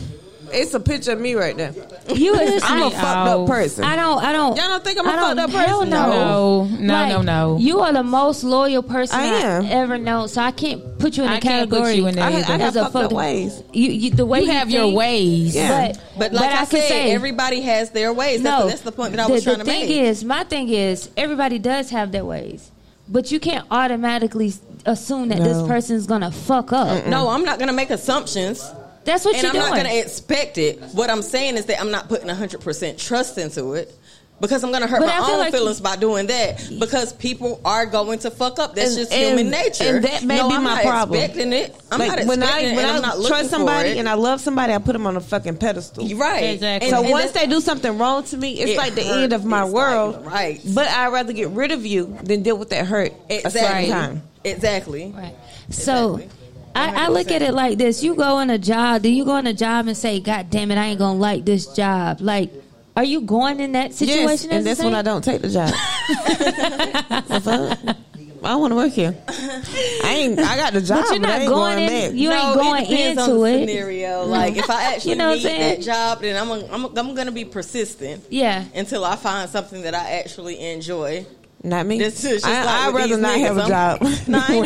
it's a picture of me right now. You is I'm a fucked Oh. up person. I don't. I don't. Y'all don't think I'm a I don't- fucked up hell person? No. No, No, no, no. You are the most loyal person I I am. have ever known, so I can't put you in I a can't put category. you in there I- I either. got as a fucked up fucked up- ways. You, you, the way you have your think, ways. Yeah. But, But like I, I, said, can say everybody has their ways. That's, no, that's the point that I was the, trying the to thing make. is, my thing is, everybody does have their ways, but you can't automatically assume that No. this person's gonna fuck up. no, I'm not going to make assumptions, That's what and you're I'm doing. not going to expect it. What I'm saying is that I'm not putting 100 percent trust into it because I'm going to hurt But my I feel own like- feelings by doing that. Because people are going to fuck up. That's And- just and- human nature. and that may no, be I'm my not problem. Expecting it, I'm Like, not expecting when I it, when and I I'm not looking trust for it. somebody and I love somebody, I put them on a fucking pedestal. You're right, Exactly. And- So and once that's- they do something wrong to me, it's It like the hurts. end of my It's like, world. right. But I'd rather get rid of you than deal with that hurt a exactly, second time. exactly. Right. So Exactly. I, I look at it like this. You go in a job, do you go in a job and say, God damn it, I ain't gonna like this job. Like, are you going in that situation? Yes, as and the that's when same? I don't take the job. The fuck? I don't want to work here. I ain't. I got the job. But you're I not ain't going going, in back. you ain't No, going into depends on the it. Scenario like if I actually You know what I'm need saying? that job, then I'm i I'm i I'm gonna be persistent Yeah. until I find something that I actually enjoy. Not me. This is just I, like I'd with rather these not have niggas. a job.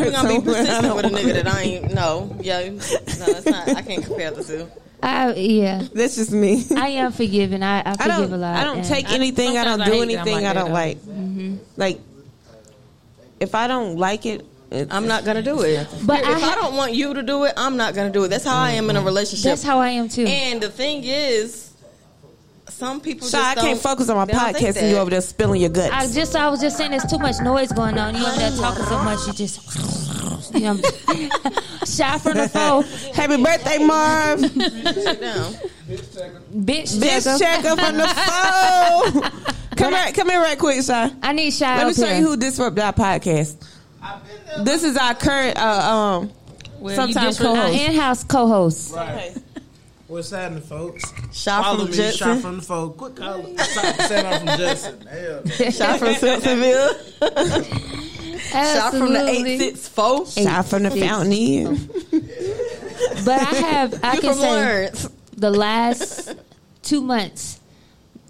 I'm, no, I Somewhere I ain't even gonna be persistent don't with a want nigga that I ain't. No, yeah, no, it's not. I can't compare the two. I, yeah. That's just me. I am forgiving. I, I forgive I don't. a lot. I don't and- take anything. I, don't sometimes I do hate that I'm anything. like I that, don't though. like. Mm-hmm. Like, if I don't like it, it I'm not gonna do it. But if I I, ha- don't want you to do it, I'm not gonna do it. That's how I am in Mm-hmm. a relationship. That's how I am too. And the thing is, some people. So just I can't don't- focus on my they don't think podcast and you that. over there spilling your guts. I just I was just saying there's too much noise going on. You up there talking so much, you just you know shy from the phone. Happy birthday, Marv! Sit down. Bitch, Bitch, check 'em. check up on the phone. Come here, come here right quick, Shy. I need Shy. Let me up show here. you who disrupt our podcast. This is our current uh, um Well, you sometimes just Our co- co-host. in-house co-host. Right. What's happening, folks? Shot Follow from me, Judson. shot from the folk. Quick, call Stop saying I'm from Judson. Hell, Shot from Simpsonville. Shot from the Absolutely. eight six four. Shy from the fountain inn. But I have, I You can from say, Lawrence? the last two months,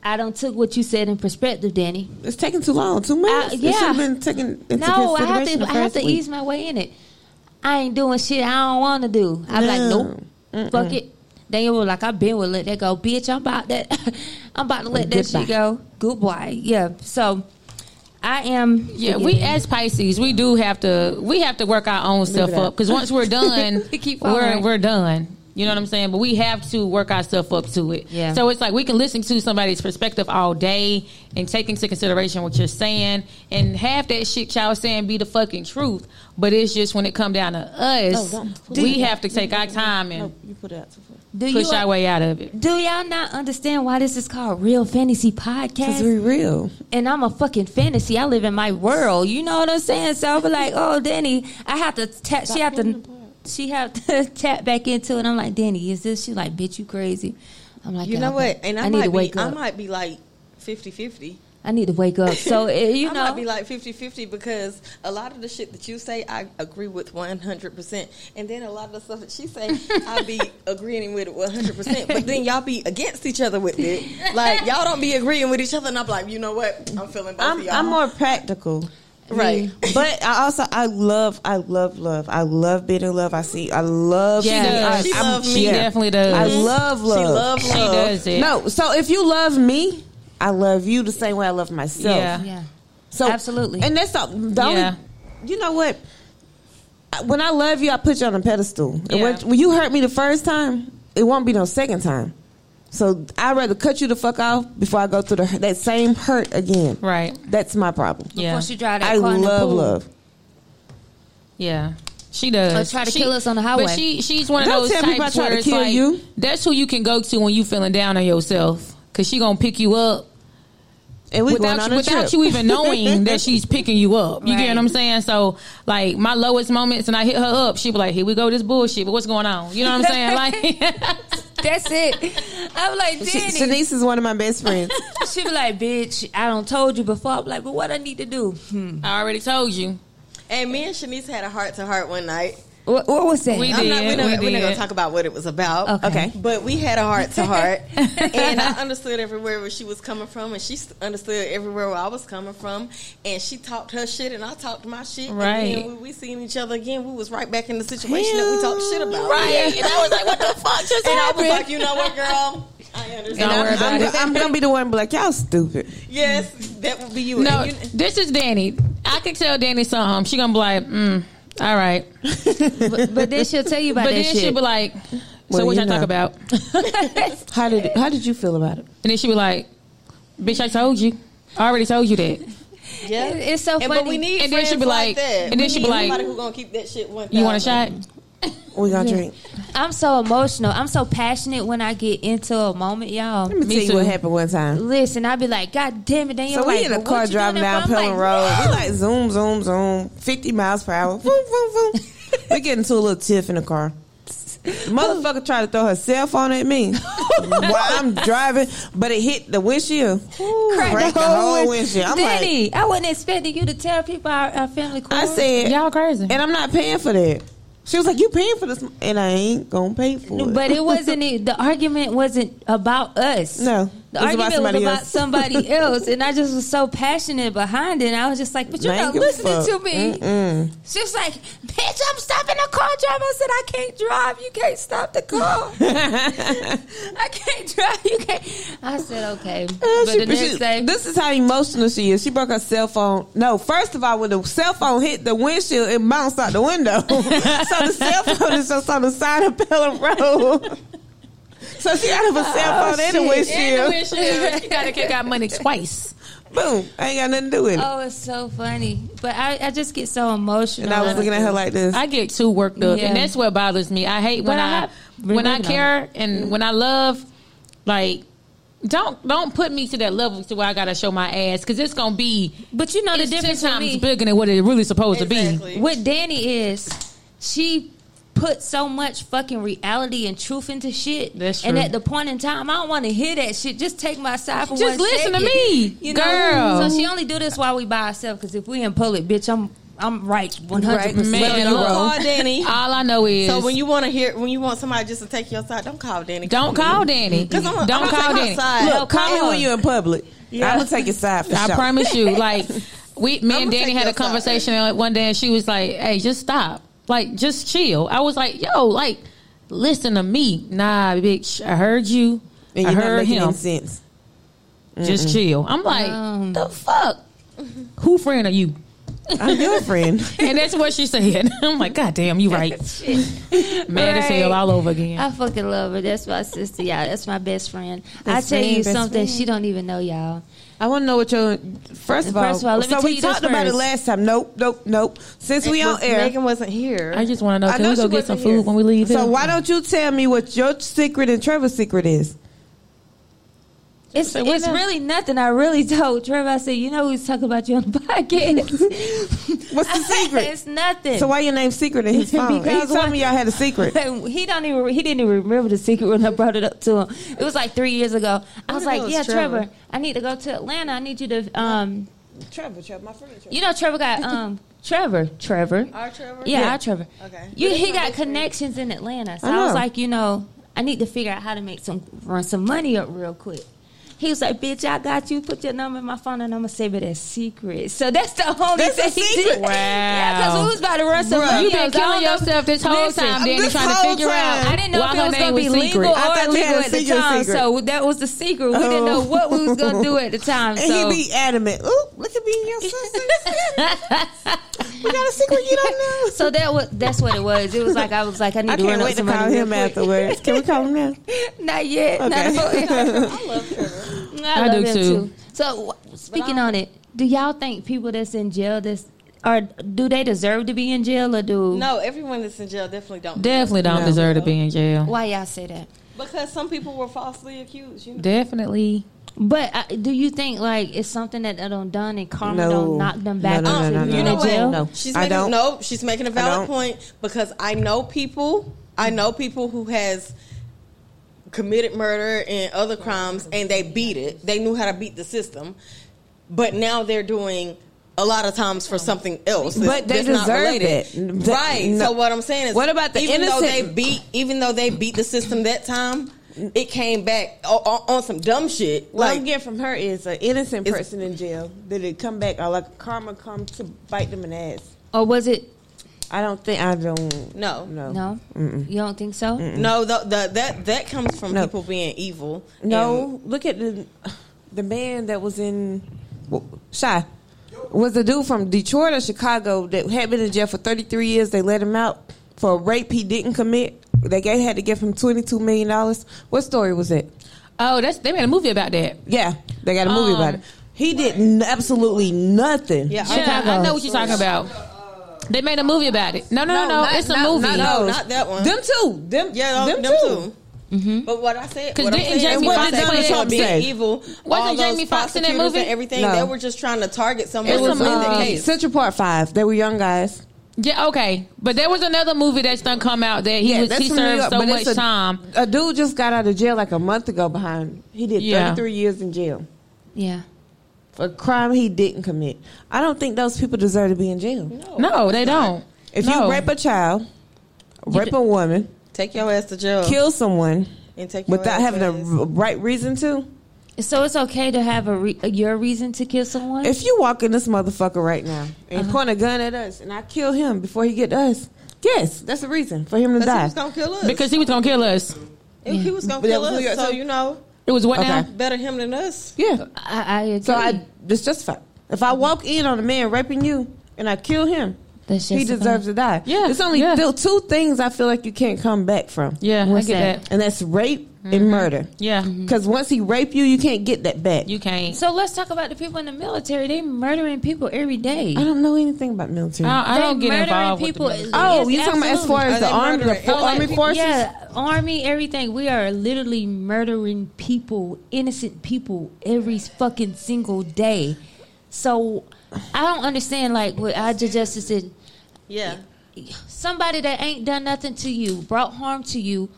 I don't took what you said in perspective, Danny. It's taking too long, too much. Oh. Uh, It yeah. should have been taken into No, I have to. consideration the I have first to week. ease my way in it. I ain't doing shit I don't want to do. I'm like, nope, fuck it. Daniel was like, I've been with let that go, bitch. I'm about that. I'm about to let that shit go. Goodbye. Yeah. So I am. Yeah, we forgiving. as Pisces, we do have to we have to work our own stuff up because once we're done, We keep are going. we're done. You know what I'm saying? But we have to work ourselves up to it. Yeah. So it's like we can listen to somebody's perspective all day and take into consideration what you're saying and have that shit y'all saying be the fucking truth. But it's just when it come down to Oh, us, we have to take our time and You put it out too far. do push you, our way out of it. Do y'all not understand why this is called real fantasy podcast? Cause we real. and I'm a fucking fantasy. I live in my world. You know what I'm saying? So I'll be like, oh, Danny, I have to tap. She have to. She have to tap back into it. I'm like, Danny, is this? She like, bitch, you crazy. I'm like, You "Yeah, know I- what? And I, I, need might to wake be, up. I might be like 50-50. I need to wake up. So eh, you I know, might be like 50-50 because a lot of the shit that you say, I agree with 100%. And then a lot of the stuff that she say, I be agreeing with it 100%. But then y'all be against each other with it. Like, y'all don't be agreeing with each other. And I'm like, you know what? I'm feeling both of I'm y'all. I'm more practical. right. But I also I love I love love I love being in love I see I love She does. She I, I'm- love She yeah. definitely does. I love love She love she love. does it. no so if you love me I love you the same way I love myself Yeah. yeah, so Absolutely. and that's all the only- Yeah. you know what when I love you I put you on a pedestal and when, Yeah. when you hurt me the first time it won't be no second time so I'd rather cut you the fuck off before I go through the, that same hurt again Right. that's my problem Yeah. before she drive that I car in the love pool. love Yeah. She does. Or try to She- kill us on the highway. But she she's one of Don't those tell me types if I try where to it's kill like you. that's who you can go to when you feeling down on yourself because she gonna pick you up and we going without on you, a without trip. you even knowing that she's picking you up. You get Right. what I'm saying? So like my lowest moments, and I hit her up. She be like, "Here we go, this bullshit." But what's going on? You know what I'm saying? Like That's it. I'm like, She- Danny. She, Shanice is one of my best friends. be like, bitch, I don't told you before. I'm like, but what I need to do? Hmm. I already told you. And me and Shanice had a heart to heart one night. What, what was that? We I'm not, we're did, not, we we're not gonna did. talk about what it was about. Okay. Okay. But we had a heart to heart, and I understood everywhere where she was coming from, and she s- understood everywhere where I was coming from, and she talked her shit, and I talked my shit. Right. And then when we seen each other again, we was right back in the situation that we talked shit about. Right. And I was like, "What the fuck just and I was like, "You know what, girl." I Don't understand. I'm, worry about I'm- it. I'm gonna be the one, be like, y'all stupid. Yes, that would be you. No, And you- this is Danny. I could tell Danny something. She gonna be like, mm, "All right," but, but then she'll tell you about but that then shit. she'll be like, "So Well, what you y'all talk know. about?" How did how did you feel about it? And then she be like, "Bitch, I told you. I already told you that." yeah. It- it's so and, funny. But we need And then friends she'll be like- that. and then We she'll be need like, somebody who gonna keep that shit one. You want a thousand. shot? We gonna drink. I'm so emotional. I'm so passionate when I get into a moment, y'all. Let me, Me tell you what too. happened one time. Listen, I'd be like, God damn it, Daniel. So we like, in a "But car what you driving doing that down for?" I'm Pelham like, Road. We like zoom, zoom, zoom, fifty miles per hour. Vroom, vroom, vroom. we get into a little tiff in the car. Motherfucker tried to throw her cell phone at me while I'm driving, but it hit the windshield. Ooh, Crack cracked the whole windshield. I'm like, Danny, I wasn't expecting you to tell people our, our family quarrel. I said, Y'all crazy. and I'm not paying for that. She was like, "You paying for this?" And I ain't gonna pay for it. But it wasn't. it- The argument wasn't about us. No, the it was argument about somebody was about else. somebody else, and I just was so passionate behind it. And I was just like, "But you're I ain't not give a listening to fuck. me." She was like, "Bitch, I'm stopping the car drive." I said, "I can't drive. You can't stop the car. I can't drive. You can't." I said, "Okay." Uh, but she- the next she- day, this is how emotional she is. She broke her cell phone. No, first of all, when the cell phone hit the windshield, it bounced out the window. so the cell phone is just on the side of Pelham Road. so she out of a cell phone and a windshield. you gotta kick out money twice. Boom! I ain't got nothing to do with it. oh, it's so funny. But I, I just get so emotional. and I was looking at her like this. I get too worked up, Yeah. and that's what bothers me. I hate But when I I, have been when I working on care and when I love, like Don't don't put me to that level to where I gotta show my ass because it's gonna be But you know the it's difference ten with times me. bigger than what it really supposed to be. Exactly. What Danny is, she put so much fucking reality and truth into shit. That's And true. at the point in time, I don't want to hear that shit. Just take my side for one Just listen to second. me, you girl. Know? So she only do this while we by ourselves. Because if we in public, bitch, I'm I'm right one hundred Man, percent. you look. call Danny. All I know is So when you want to hear, when you want somebody just to take your side, don't call Danny. don't call me. Danny, 'Cause I'm- I'm don't gonna call take Danny. outside. Look, No, Call me her. when you're in public. I'm gonna take your side for I sure. promise you, like we, me I'ma and Danny take had your a conversation one day, and she was like, "Hey, just stop, like just chill." I was like, "Yo, like listen to me, nah, bitch. I heard you, and I you're not heard making him. any sense. Just chill." I'm like, "The fuck? Who friend are you?" I'm your friend. And that's what she said. I'm like, "God damn, you right." Mad as hell Right. all over again. I fucking love her. That's my sister, y'all. That's my best friend. Best I tell friend, you best something, friend. she don't even know y'all. I want to know what your first of all. First of all, let me so tell we you this talked about it first. last time. Nope, nope, nope. Since we on air, Megan wasn't here. I just want to know. I Can know we go she get some wasn't here. food when we leave? So here? why don't you tell me what your secret and Trevor's secret is? It's, Say what it's now? really nothing. I really told Trevor. I said, you know, we was talking about you on the podcast. What's the secret? it's nothing. So why your name secret in his phone? And he Because told one- me y'all had a secret. he don't even he didn't even remember the secret when I brought it up to him. It was like three years ago. I was the like, hell is "Yeah, Trevor? Trevor? I need to go to Atlanta. I need you to um, Trevor, Trevor, my friend. Trevor. you know, Trevor got um, Trevor, Trevor, Our Trevor? yeah, our Trevor. Okay. you, he got connections in Atlanta, so I I was know. like, you know, I need to figure out how to make some run some money up real quick. He was like, "Bitch, I got you. Put your number in my phone, and I'm gonna save it as secret." So that's the only That's a thing. secret? Wow. Yeah, because we was about to run some Bruh. money. You been up, so I killing don't know- yourself this whole Listen, time, Danny, this trying to whole figure out. time. I didn't know why if it her was name gonna be was secret. legal I or thought you had illegal a at the secret time. secret. So that was the secret. We didn't know Oh. what we was gonna do at the time. And So he be adamant. Ooh, look at me, your sister. you got a secret you don't know. so that was that's what it was. It was like I was like I need I to run can't up wait to some money call real him quick. afterwards. Can we call him now? Not yet. Okay. Not I love Trevor. I, I love do him too. too. So w- speaking on it, do y'all think people that's in jail that's or do they deserve to be in jail or do No, everyone that's in jail definitely don't. Definitely don't No. deserve to be in jail. why y'all say that? Because some people were falsely accused. You know? Definitely. But uh, do you think like it's something that they done done and karma No. don't knock them No, back no, no, into no, being no, You in know what? jail? No. She's I making, don't. No, she's making a don't. valid point because I know people. I know people who has committed murder and other crimes, and they beat it. They knew how to beat the system, but now they're doing. A lot of times for something else, that's- But they that's not deserve related. it. Th- right? no. So what I'm saying is, What about the even though they innocent- beat, even though they beat the system that time, it came back o- o- on some dumb shit. What I'm like, getting from her is an innocent It's- person in jail. Did it come back? Or like karma come to bite them in the ass? Or was it I don't think. I don't. No. No. no? You don't think so? No, the, the, that that comes from Mm. No. people being evil. No, look at the the man that was in w- shy was the dude from Detroit or Chicago that had been in jail for 33 years. They let him out for a rape he didn't commit. They gave, had to give him 22 million dollars. What story was it? Oh, that's they made a movie about that. Yeah, they got a movie about it. He did n- absolutely nothing. Um, Yeah, Yeah, I know what you're talking about. They made a movie about it. No, no, no, no. not- it's a not- movie. not Those. not that one. Them two. Them. Yeah, them, them, two. too. Mm-hmm. But what I said, 'Cause what I'm didn't saying, Jamie what Foxx I said play about something? being evil, all those Jamie Foxx in prosecutors that and movie? everything, No. they were just trying to target someone It was um, who was in a the movie. Uh, case. Central Park Five. They were young guys. Yeah, okay. But there was another movie that's done come out that he was he from New served York, so but much it's a, time. A dude just got out of jail like a month ago. Behind he did Yeah. 33 years in jail. Yeah. for a crime he didn't commit. I don't think those people deserve to be in jail. No, they don't. If No. you rape a child, rape a woman, Take your ass to jail kill someone and take your without ass having a to- r- right reason to, So it's okay to have a re- your reason to kill someone. if you walk in this motherfucker right now and Uh-huh. point a gun at us and I kill him before he get to us, yes, that's a reason for him to Because he was die. gonna kill us. because he was gonna kill us. If he was gonna But that kill was New York us. So too. you know, It was what Okay. now? better him than us. Yeah, I, I agree. so I it's justified. If I walk in on a man raping you and I kill him. That's He justified. deserves to die. Yeah, it's only yeah. still two things I feel like you can't come back from. Yeah, What's I get that. that? and that's rape and murder. Yeah. Because once he rape you, you can't get that back. Mm-hmm. You can't. So let's talk about the people in the military. They murdering people every day. I don't know anything about military. I, I don't They get murdering involved with the people military. is- oh, yes, you talking about as far absolutely. as Are the they army, the murdering? full Oh, like army people- forces? Yeah, army, everything. We are literally murdering people, innocent people, every fucking single day. So I don't understand. Like what I just justice said, Yeah. somebody that ain't done nothing to you, brought harm to you,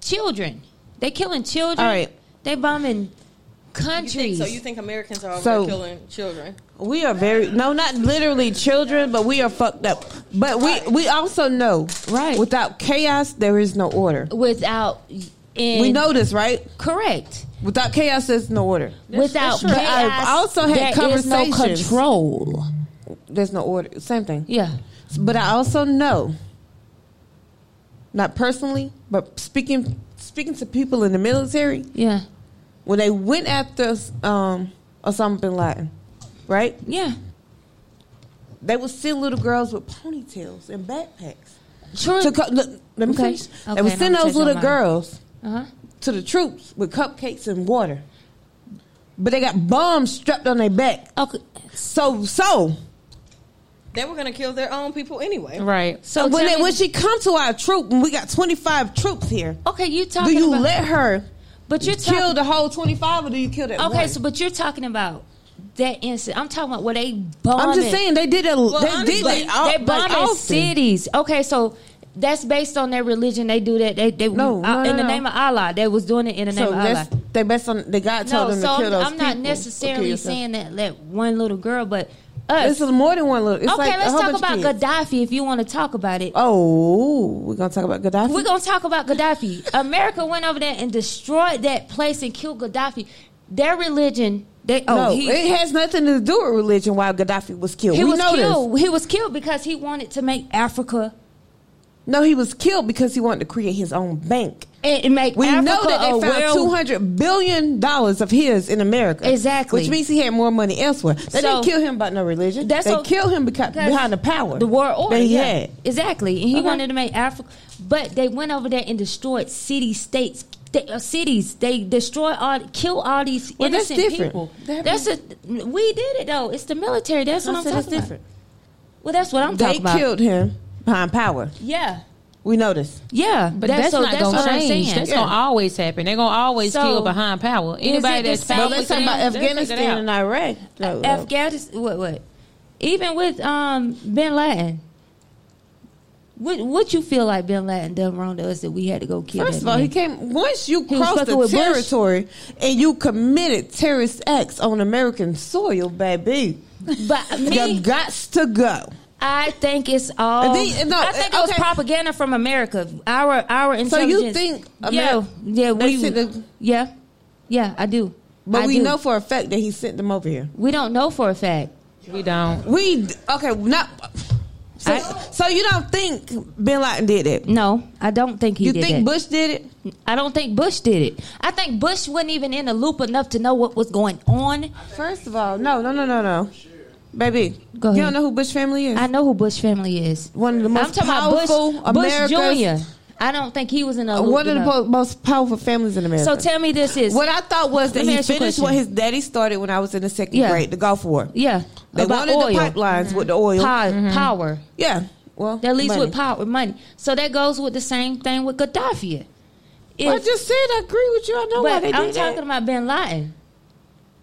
children. They killing children. All right. They bombing You countries. think, so you think Americans are over So- killing children? We are very no, not literally children, but we are fucked up. But we we also know Right. Without chaos, there is no order. without and we know this, right? correct Without chaos, there's no order. without But I've chaos, also had there is no conversations. control There's no order. Same thing. yeah But I also know, not personally, but speaking speaking to people in the military, yeah when they went after um, Osama bin Laden, right? yeah They would send little girls with ponytails and backpacks. true To co- look, let me Okay. finish. Okay, they would now send I'm those changing my little mind. girls uh-huh. to the troops with cupcakes and water, but they got bombs strapped on their back. okay So, so They were going to kill their own people anyway. Right. so when tell they, me- when she come to our troop, when we got twenty five troops here, okay you do talking you about let her but you're kill talking the whole twenty five, or do you kill that? okay one? so but you're talking about that incident i'm talking about where they bombed I'm just saying they did a they honestly, did like, all, they like, bombing Austin. cities okay so that's based on their religion. They do that. They, they No, no, in no, the no. name of Allah. They was doing it in the So name of Allah. that's they best on the God told No, them so to kill I'm, those I'm not people. Okay, necessarily yourself. saying that that one little girl, but us. This is more than one little. It's okay, like a let's whole talk bunch of about kids. Gaddafi if you want to talk about it. Oh, we're gonna talk about Gaddafi. We're gonna talk about Gaddafi. America went over there and destroyed that place and killed Gaddafi. Their religion, they oh no, he, it has nothing to do with religion. Why Gaddafi was killed? he we was know killed. He was killed because he wanted to make Africa This. No, he was killed because he wanted to create his own bank. eh, and and make We Africa oh, know that a they found two world. hundred billion dollars of his in America. Exactly. which means he had more money elsewhere. They So- didn't kill him about no religion. That's they o- killed him because, behind the power, the world order. that he yeah. had. exactly, and he Okay. wanted to make Africa, but they went over there and destroyed city states. They, uh, cities, they destroy all, kill all these Well, that's innocent different. people. That that's a, we did it though. It's the military. That's what I I'm said talking it's about. different. Well, that's what I'm They talking about. killed him behind power. Yeah, We know this. yeah. But that's, so, not that's gonna what I'm change. saying. That's gonna always happen. They're gonna always So, kill behind power. Anybody it that's the same- found But let's with talk about them, they'll figure it Afghanistan out. and Iraq. No, no. Afghanistan. What? What? Even with um Bin Laden. What? What you feel like Bin Laden done wrong to us that we had to go kill? First that of all, man? he came once you was cross fucking the with Bush. territory and you committed terrorist acts on American soil, baby. But You me, gots to go. I think it's all. And then- no, I think it was okay. propaganda from America. Our our So intelligence. you think yeah, Ameri- yeah, they we, sent the- yeah, yeah. I do, But I we do. know for a fact that he sent them over here. we don't know for a fact. We don't. We okay, not so, I- so you don't think Bin Laden did it? No, I don't think he You did think that. Bush did it? I don't think Bush did it. I think Bush wasn't even in the loop enough to know what was going on. First of all, Oh, no, no, no, no, no. Baby, Go you ahead. don't know who Bush family is? I know who Bush family is. one of the I'm most talking powerful about Bush, Bush America's- Jr. I don't think he was in the loop. One of the enough. po- most powerful families in America. so tell me this is What I thought was that Let me he ask you a finished question. what his daddy started when I was in the second Yeah. grade, the Gulf War. yeah They about wanted oil, the pipelines with the oil. Pow- power. Yeah. Well, That leads money. with power, money. So that goes with the same thing with Gaddafi. If, I just said I agree with you. I know why but they I'm did talking that. about Bin Laden.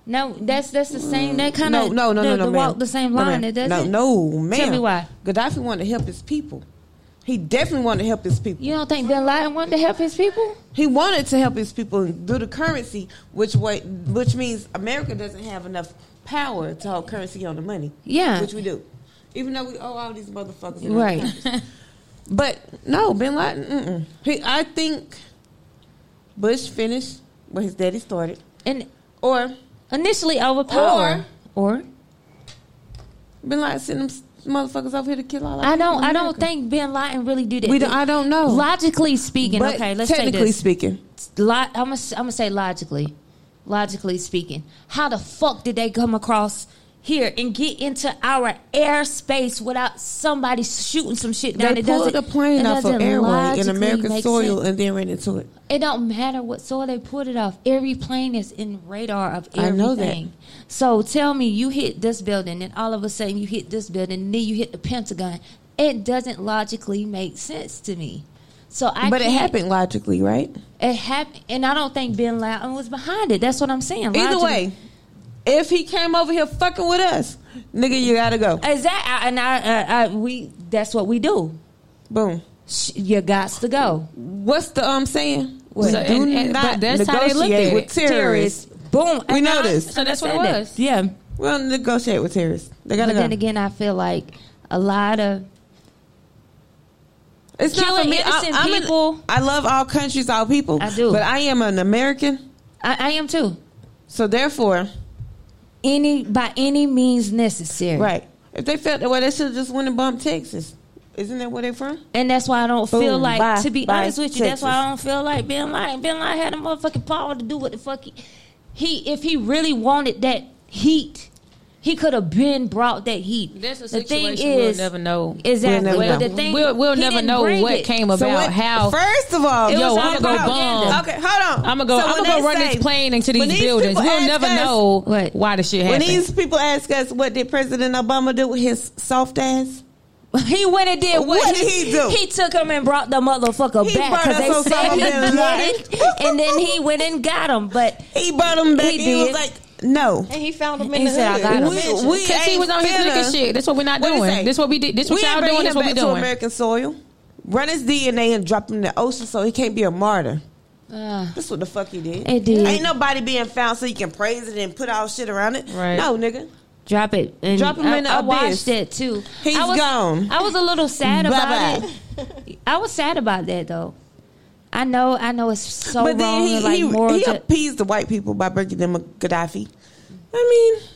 No, that's that's the same. That kind Mm. no, of no, no, the, no, no, the ma'am. walk the same No, line. ma'am. It doesn't. No, no, man. Tell me why. Gaddafi wanted to help his people. He definitely wanted to help his people. You don't think Bin Laden wanted to help his people? He wanted to help his people and do the currency, which way, which means America doesn't have enough power to hold currency on the money. Yeah. which we do, even though we owe all these motherfuckers. in other Right. countries. but no, Bin Laden. Mm-mm. He, I think Bush finished what his daddy started, And or initially overpower. Or, Bin Laden sent them s- motherfuckers over here to kill all. our I don't. people in I don't America. think Bin Laden really did it. We don't, I don't know. Logically speaking, But okay, let's say technically this. speaking, lo- I'm gonna s- I'm gonna say logically, logically speaking, how the fuck did they come across here and get into our airspace without somebody shooting some shit down. They It pulled doesn't- a plane it off of doesn't airway in logically American make soil sense. and then ran into it. It don't matter what soil they pulled it off. Every plane is in radar of I everything. know So tell me, you hit this building, and all of a sudden you hit this building, and then you hit the Pentagon. It doesn't logically make sense to me. So I but it can't- happened logically, right? It happened, and I don't think Bin Laden was behind it. That's what I'm saying. Either Logically- way, if he came over here fucking with us, nigga, you gotta go. exactly. I- And I, I, I, we that's what we do. Boom. Sh- You got to go. What's the um saying? What? We So, do and- and- not but that's how they looked negotiate at with it. terrorists. Boom. We And know I this. So that's what it understand was. that. Yeah. We don't negotiate with terrorists. They gotta But go. then again, I feel like a lot of it's not for killing me. I, innocent I'm an- people- I love all countries, all people. I do. but I am an American, I, I am too. so therefore, Any by any means necessary, right. If they felt that way, they should have just went and bumped Texas. Isn't that where they're from? And that's why I don't Boom, feel like bye, to be bye, honest with you. That's why I don't feel like Bin Laden. Bin Laden had a motherfucking power to do what the fuck he, he if he really wanted that heat, he could have been brought that heat. That's a the thing situation we'll is never know. exactly. We'll never the know. thing, we'll we'll he never didn't know bring what it. came about. So what- how First of all, Yo, was all I'm gonna go propaganda. bomb. Okay, hold on. I'm gonna go. So I'm when gonna they go run say- this plane into when these these buildings. people We'll ask never us- know What? why the shit When happened. these people ask us what did President Obama do with his soft ass, He went and did what? What did he do? He took him and brought the motherfucker He back brought because us they said Osama he bin did, Laden. and then he went and got him. But he brought him back. He He, was did. like, "No, And he found him in He the said, I hood. got him. We- we, we Cause he ain't was on his finna- nigga shit. That's what we're not What he say? doing. That's what we did. That's what We ain't y'all bring doing. him That's what back we To doing. American soil, run his DNA and drop him in the ocean so he can't be a martyr. Ah. That's what the fuck he did. It did. Ain't nobody being found so you can praise it and put all shit around it. Right. No, nigga. Drop it. And Drop him I, in the I abyss. watched that too. He's I was, gone. I was a little sad about Bye-bye. it. I was sad about that though. I know. I know it's so but wrong. then he and like he, moral he ju- appeased the white people by breaking them a Gaddafi. I mean,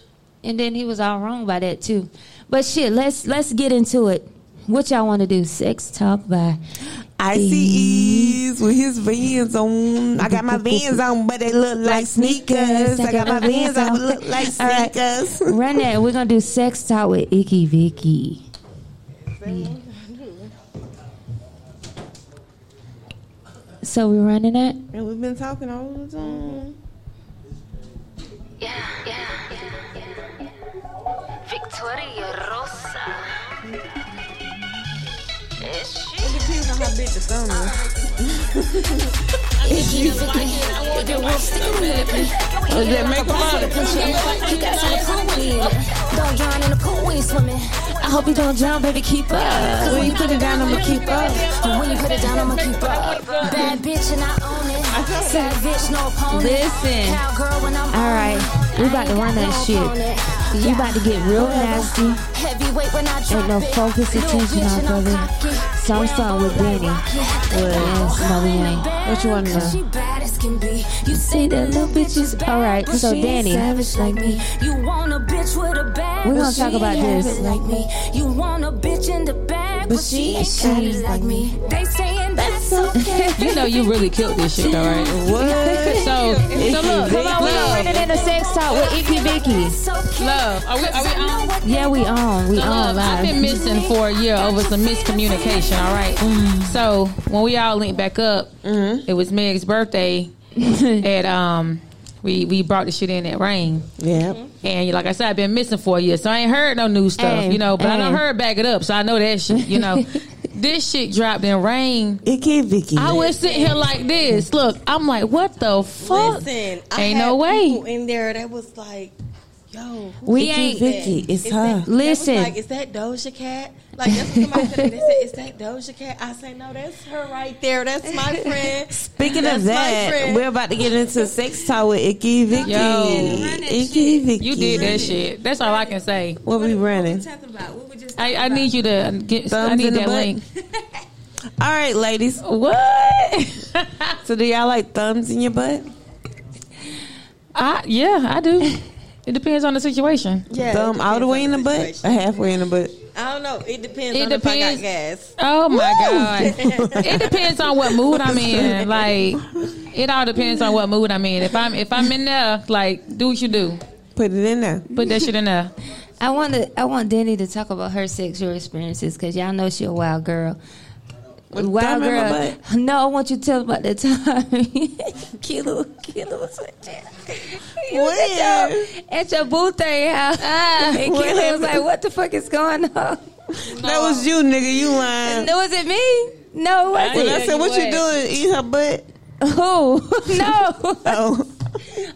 and then he was all wrong by that too. But shit, let's let's get into it. What y'all want to do? Sex talk by ICEs with his vans on. I got my vans on, but they look like sneakers. I got my vans on, but look like All right. sneakers. Right now, we're gonna do sex talk with Icky Vicky. So we're running it. And we've been talking all the time. Yeah, yeah, yeah, yeah. Victoria Rosa. Is she? Depends on how big the thumb is. Don't drown in the pool when you swimming. I hope you don't drown, baby, keep up. 'Cause when you put it down, I'ma keep up. And when you put it down, I'ma keep up. Bad bitch and I own it. Savage, no opponent. Listen. Cowgirl when I'm All right, we about to run that shit. You about to get real nasty. Heavyweight when I drop Ain't no it. focus Little attention bitch on and I'm brother. cocky. Some song with Rambo, Benny. Rocky. Well, no, we ain't. What you want to know? You say that little bitch is bad, All right, but so she ain't Danny. savage like me. You want a bitch with a bag, We but gonna she talk about ain't have this. it like me. You want a bitch in the bag, but, she ain't got it like me. They saying that's okay. You know you really killed this shit though, right? What? So, so look, Come on, we gonna love, run it in a sex talk with Icky Vicky. It's okay. love. Are we? Are we on? Yeah, we on. We on Love, I've been live. missing for a year over some miscommunication. All right. Mm. So when we all linked back up, Mm-hmm. it was Meg's birthday. at um, we we brought the shit in at rain. Yeah. And like I said, I've been missing for a year, so I ain't heard no new stuff, Hey, you know. But I done hey. heard back it up, so I know that shit, you know. this shit dropped in rain. Icky Vicky. I was sitting here like this. Look, I'm like, what the fuck? Listen, I had ain't no way. people in there that was like, yo, who We is ain't- that? Vicky, it's Is her. that- that was Listen. like, is that Doja Cat? Like, that's what somebody said. to me. They said, is that Doja Cat? I said, no, that's her right there. That's my friend. Speaking That's of my that, friend. we're about to get into sex talk with Icky Vicky. Yo. Icky Vicky. You did that shit. That's all I can say. What we running? I, I need you to get. I Thumbs in need the that butt. link. All right, ladies. What? So do y'all like thumbs in your butt? I yeah, I do. It depends on the situation. Yeah, Thumb it all the depends way in the on butt or situation. halfway in the butt? I don't know. It depends. It on depends. If I got gas. Oh my god! it depends on what mood I'm in. Like, it all depends on what mood I'm in. If I'm if I'm in there, like, do what you do. Put it in there. Put that shit in there. I want to. I want Denny to talk about her sexual experiences because y'all know she a wild girl. wild thumb in my girl. No, I want you to tell about the time. Kilo, Kilo was like that. You was at your, at your boo thing house. and what Kilo was happened? like, "What the fuck is going on?" That was you, nigga. You lying. No, was it me? No, was When I it? said, what you doing? Eat her butt? Who? no. Oh.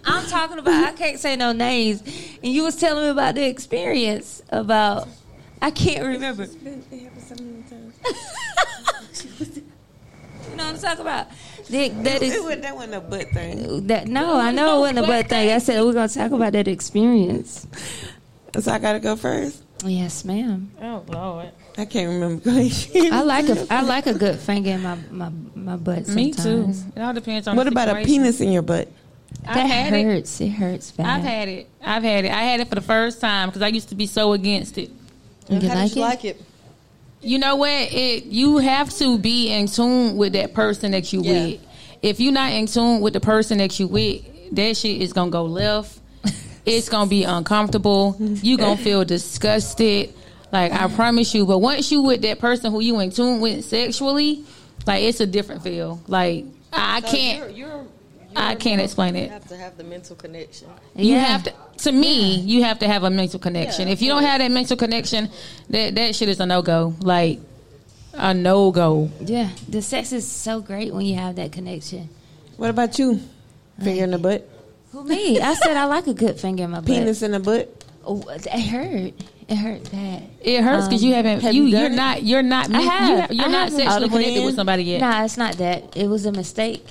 I'm talking about. I can't say no names. And you was telling me about the experience about. I can't remember. You know what I'm talking about? That, that It is was, that wasn't a butt thing. that. No, I know it wasn't a butt thing. I said we're gonna talk about that experience. So I gotta go first? Yes, ma'am. Oh lord. I can't remember. Go ahead. I like a I like a good finger in my my, my butt. Me too. sometimes. It all depends on what the about a situation. penis in your butt? I've That had it. hurts. It, hurts bad. I've had it. I've had it. I had it for the first time because I used to be so against it. You How like did you it? like it? You know what? It you have to be in tune with that person that you Yeah. with. If you're not in tune with the person that you with, that shit is gonna go left. it's gonna be uncomfortable. You gonna feel disgusted. Like I promise you. But once you with that person who you in tune with sexually, like it's a different feel. Like I So can't. You're, you're, you're I can't explain You it. Hmm? have to have the mental connection. You Yeah. have to. To me, you have to have a mental connection. Yeah, if you don't have that mental connection, that that shit is a no go. Like a no go. Yeah, the sex is so great when you have that connection. What about you? Finger in the butt? Who me? I said I like a good finger in my butt. Penis in the butt? Oh, it hurt. It hurt bad. It hurts because you haven't. have you you done you're it? not. You're not. I you have. have- you're I not have. sexually Oliver connected with in? somebody yet. Nah, it's not that. It was a mistake.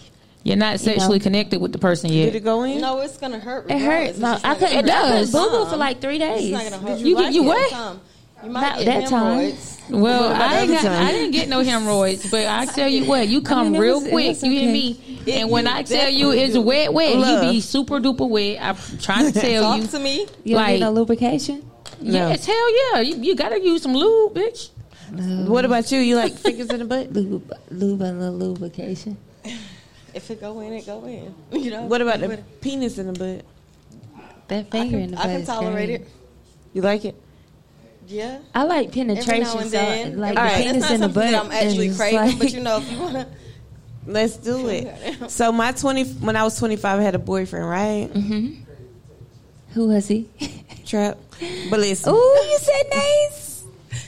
You're not sexually connected with the person Did yet. it go in? No, it's gonna hurt. It hurt. regardless. No, It's just I not gonna couldn't. It I couldn't does. boo boo for like three Uh-huh. It's days. not gonna hurt. you You get- like you it what? Some. You might Not get that time. hemorrhoids. Well, I ain't got, time? I didn't get no hemorrhoids, but I tell you what, you come mean, it real was- it quick. was You hear okay. me? It- and when you I tell you it's definitely wet, wet, you Love. be super duper wet. I'm trying to tell you. Talk to me. You don't Like- need no lubrication. No. Yes, hell yeah. You, you gotta use some lube, bitch. What about you? You like fingers in the butt? Lube, lube, a little lubrication. If it go in, it go in. You know. What about But the penis in the butt? That I finger in can, the I butt. can is tolerate great. it. You like it? Yeah. I like Every penetration. now and then. So, like All the right. It's penis not in the something butt. that I'm actually is craving, like- but you know, if you wanna, Let's do it. So my twenty when I was twenty five, I had a boyfriend, right? Who was he? Trap. But listen, Oh, you said nice.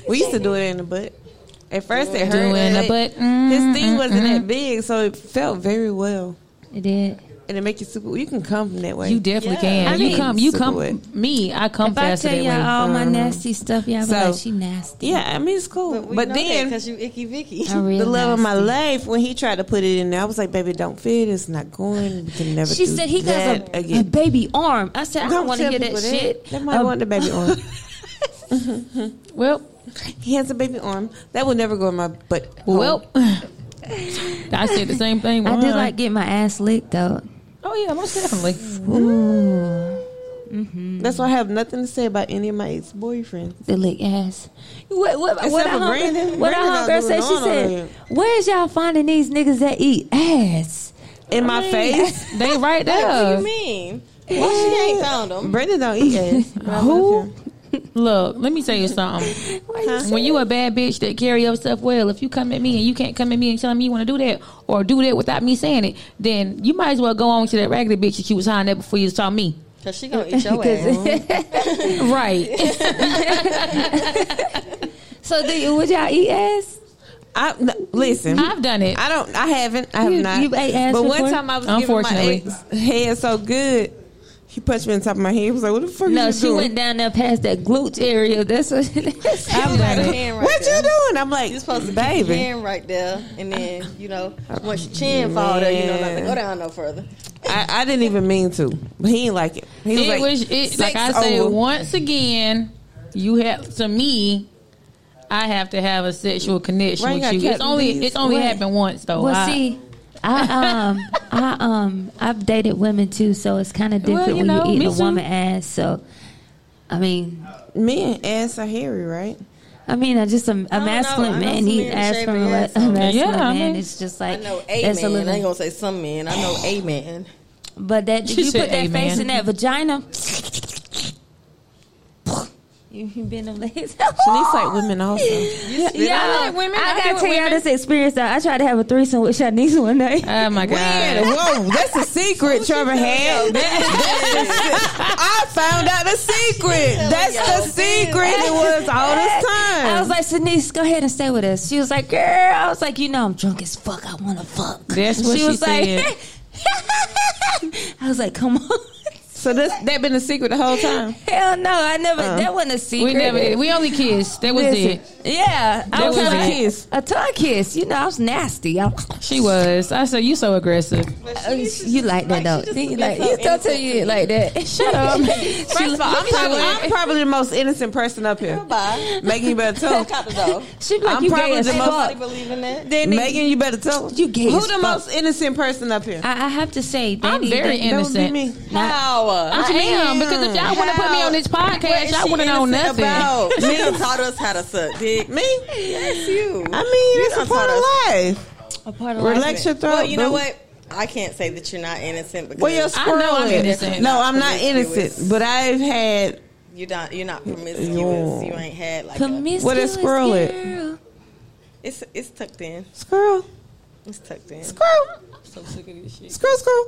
we used to do it in the butt. At first, it hurt. Doing the butt. Mm, His Mm-hmm, thing wasn't that big, so it felt very well, It did. and it make you super. You can come from that way. You definitely Yeah. can. I you mean- come. You Super come. wet. Me, I come If I faster tell that way. y'all all my Um, nasty stuff, y'all be so- like, she nasty. yeah, I mean it's cool. but, But, we know then because you icky Vicky. I really the love of my nasty. life, when he tried to put it in there, I was like, "Baby, don't fit. It's not going. We can never." She do said he got that a, a again. baby arm. I said I don't want to tell hear that, people shit. They might Um, want the baby arm. Well, He has a baby arm. That will never go in my butt. hole. well. I said the same thing. with I do mine. like getting my ass licked though. Oh yeah, most definitely. that's why I have nothing to say about any of my ex boyfriends. The lick ass. What what what Except I for hung, Brandon. what Brandon I got homegirl going said? She on over said, "Where's y'all finding these niggas that eat ass?" In my face, They What right do you there. mean? Well, she ain't found them. Brandon don't eat ass. but I love Who? him. Look, let me tell you something. when you a bad bitch that carry yourself well, if you come at me and you can't come at me and tell me you want to do that or do that without me saying it, then you might as well go on to that raggedy bitch that you was hiring at before you saw me. Cause she gonna eat your ass. Right. So do you, would y'all eat ass? I no, listen. I've done it. I don't. I haven't. I have You- not. you ate ass but one before? time I was giving my Unfortunately. ex head so good, he punched me on top of my head. He was like, "What the fuck? No, you she doing? went down there past that glute area. That's what. You I'm got a hand right what there. you doing?" I'm like, You're supposed to keep your "Baby." hand right there, and then you know once your chin fall there, you know not to Man. go down no further. I, I didn't even mean to, but he didn't like it. He was it like, was it, like I "Sex say over." once again. You have to me. I have to have a sexual connection Why you with gotta you. It's cut only these? it's only What? happened once though. Well, Oh, I- see, I um, I um, I've dated women too, so it's kind of Well, different when you know, you me eat a too. woman ass. So, I mean, "Men ass are hairy, right?" I mean, I just a, a know. masculine I know man some eat men ass shave from a, their le- ass a off. masculine Yeah, I man. mean- It's just I like know a that's a man. I ain't little, gonna say some men. I know a man. but that She you said put that amen. face in that vagina. You, you bend them legs. Shanice like women also. Yeah, I like women. I I do gotta with tell y'all women. this experience though. I tried to have a threesome with Shanice one night. Oh my When? god. Whoa, that's a secret Trevor had. That- that's the se- I found out the secret. That's the secret. It was all Oh, this I was time. like, Shanice, go ahead and stay with us. She was like, girl. I was like, you know, I'm drunk as fuck. I want to fuck. That's what she was said. like, I was like, come on. So this that been a secret the whole time. Hell no, I never. that wasn't a secret. Uh-huh. We never did. We only kissed. That was Listen, it. Yeah, I That was was like- it. Kiss. A tongue kiss. You know, I was nasty. I, She was. I said you so aggressive. Uh, Oh, you like that though? Then you like you don't tell you like that. Shut up. First of all, I'm probably, I'm probably the most innocent person up here. Bye. Megan, you better tell. Cop it though. She be like I'm you probably gay as the most- fuck. Nobody believe in that. Then they- Megan, you better tell. You gay Who as the fuck. most innocent person up here? I, I have to say, they I'm need- very they- innocent. That would be me. How? I am because if y'all want to put me on this podcast, y'all wouldn't know nothing. About? Me taught us how to suck dick. Me? Yes, you. I mean, it's a done part taught us. of life. A part of life. Relax your throat. Well, you know boo. what? I can't say that you're not innocent because Well, your I know squirrel I'm is. innocent. No, I'm not Promiscuous. innocent, but I've had you don't. You're not promiscuous. Yo. You ain't had like a, Promiscuous Where that squirrel at? girl. it's it's tucked in. squirrel, It's tucked in. squirrel, so sick of this shit. squirrel, squirrel.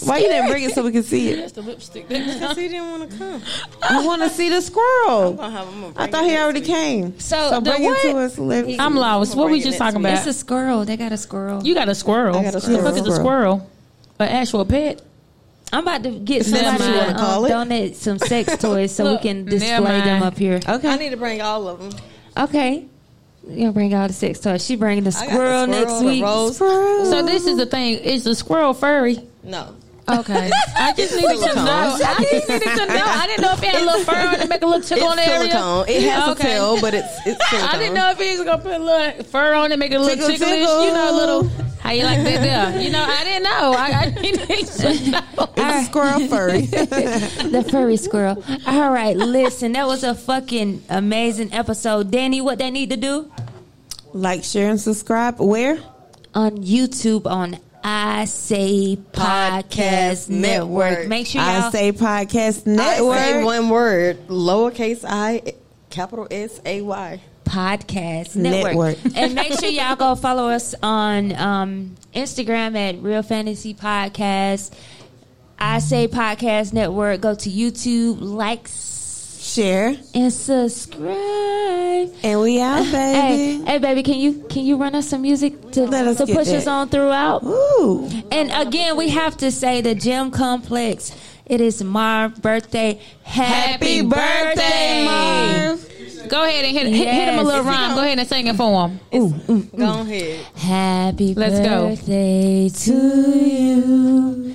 Why you didn't bring it so we can see it? That's the lipstick. Cause he didn't want to come. I want to see the I'm squirrel. gonna have him. I thought he already came. So, So the bring it to what? us. Liv. I'm lost. What we Bring it just talking next about? It's a squirrel. They got a squirrel. you got a squirrel. I got a squirrel. The fuck is a squirrel? An actual pet? I'm about to get Never somebody mind. to Call um, it. donate some sex toys so Look, we can never display them mind. up here. I need to bring all of them. Okay. You gonna bring all the sex toys. She bringing the I got squirrel, the squirrel, next the week. rose. So this is the thing. Is the squirrel furry? No, Okay. I just needed to know. I just needed to know. I didn't know if it had a little fur to make a little tickle on the it's area. silicone. It has Okay. a tail, but it's it's silicone. I didn't know if he was gonna put a little fur on it, make it a little Tickle, ticklish, tickle. you know, a little how you like that there. You know, I didn't know. I, I needed to know. It's a squirrel furry. The furry squirrel. All right, listen, that was a fucking amazing episode. Danny, what they need to do? like, share, and subscribe. Where? On YouTube on I Say Podcast Podcast Network. Network. Make sure y'all I say podcast network. I say one word, lowercase i, capital S A Y. Podcast Network. Network. and make sure y'all go follow us on um, Instagram at Real Fantasy Podcast. I Say Podcast Network. Go to YouTube, like, share, and subscribe. and we out, Hey, baby. hey, baby, can you can you run us some music to, Let us to get push that. us on throughout? Ooh. And again, we have to say the gym complex. It is my birthday. Happy, Happy birthday. Marv. Go ahead and hit, hit, hit him a Yes. little rhyme. Go ahead and sing it for him. Go ahead. Happy Let's go. birthday to you.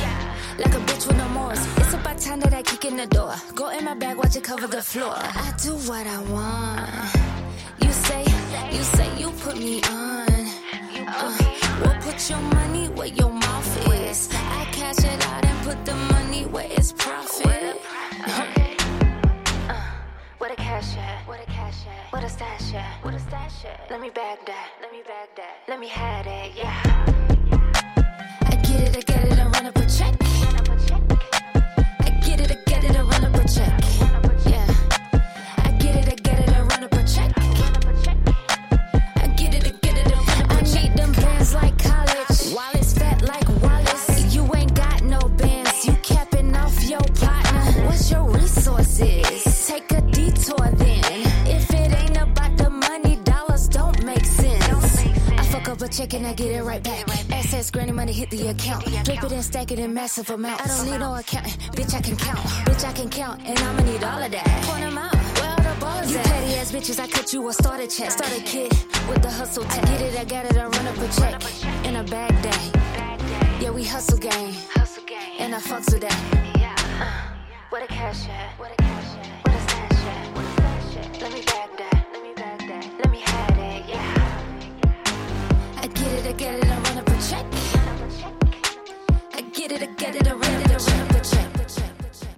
Like a bitch with no remorse. It's about time that I kick in the door. Go in my bag, watch it cover the floor. I do what I want. You say, you say you put me on. Uh, well, put your money where your mouth is. I cash it out and put the money where it's profit. What a cash at? What a cash at? What a stash at? What a stash at? Let me bag that. Let me bag that. Let me have it, yeah. I get it, I get it, I run up a check. I get it, I get it, I run up a check. Yeah. I get it, I get it, I run up a check. I get it, I get it, I run up a check. I need them bands like college. Wallets fat like Wallace. You ain't got no bands. You capping off your partner. What's your resources? Take a detour then. If it ain't about the money, dollars don't make sense. I fuck up out, but check and I get it right back. Access, granny money hit the account. Flip it and stack it in massive amounts. I don't need no accountant, bitch, I can count. Bitch, I can count, and I'ma need all of that. Point 'em out, where all the bars You petty ass bitches, I cut you a starter check. Starter kid with the hustle tag. I get it, I got it, I run up a check. In a bag day. Yeah, we hustle game. And I fucks with that. uh. What a cash at. What a cash at.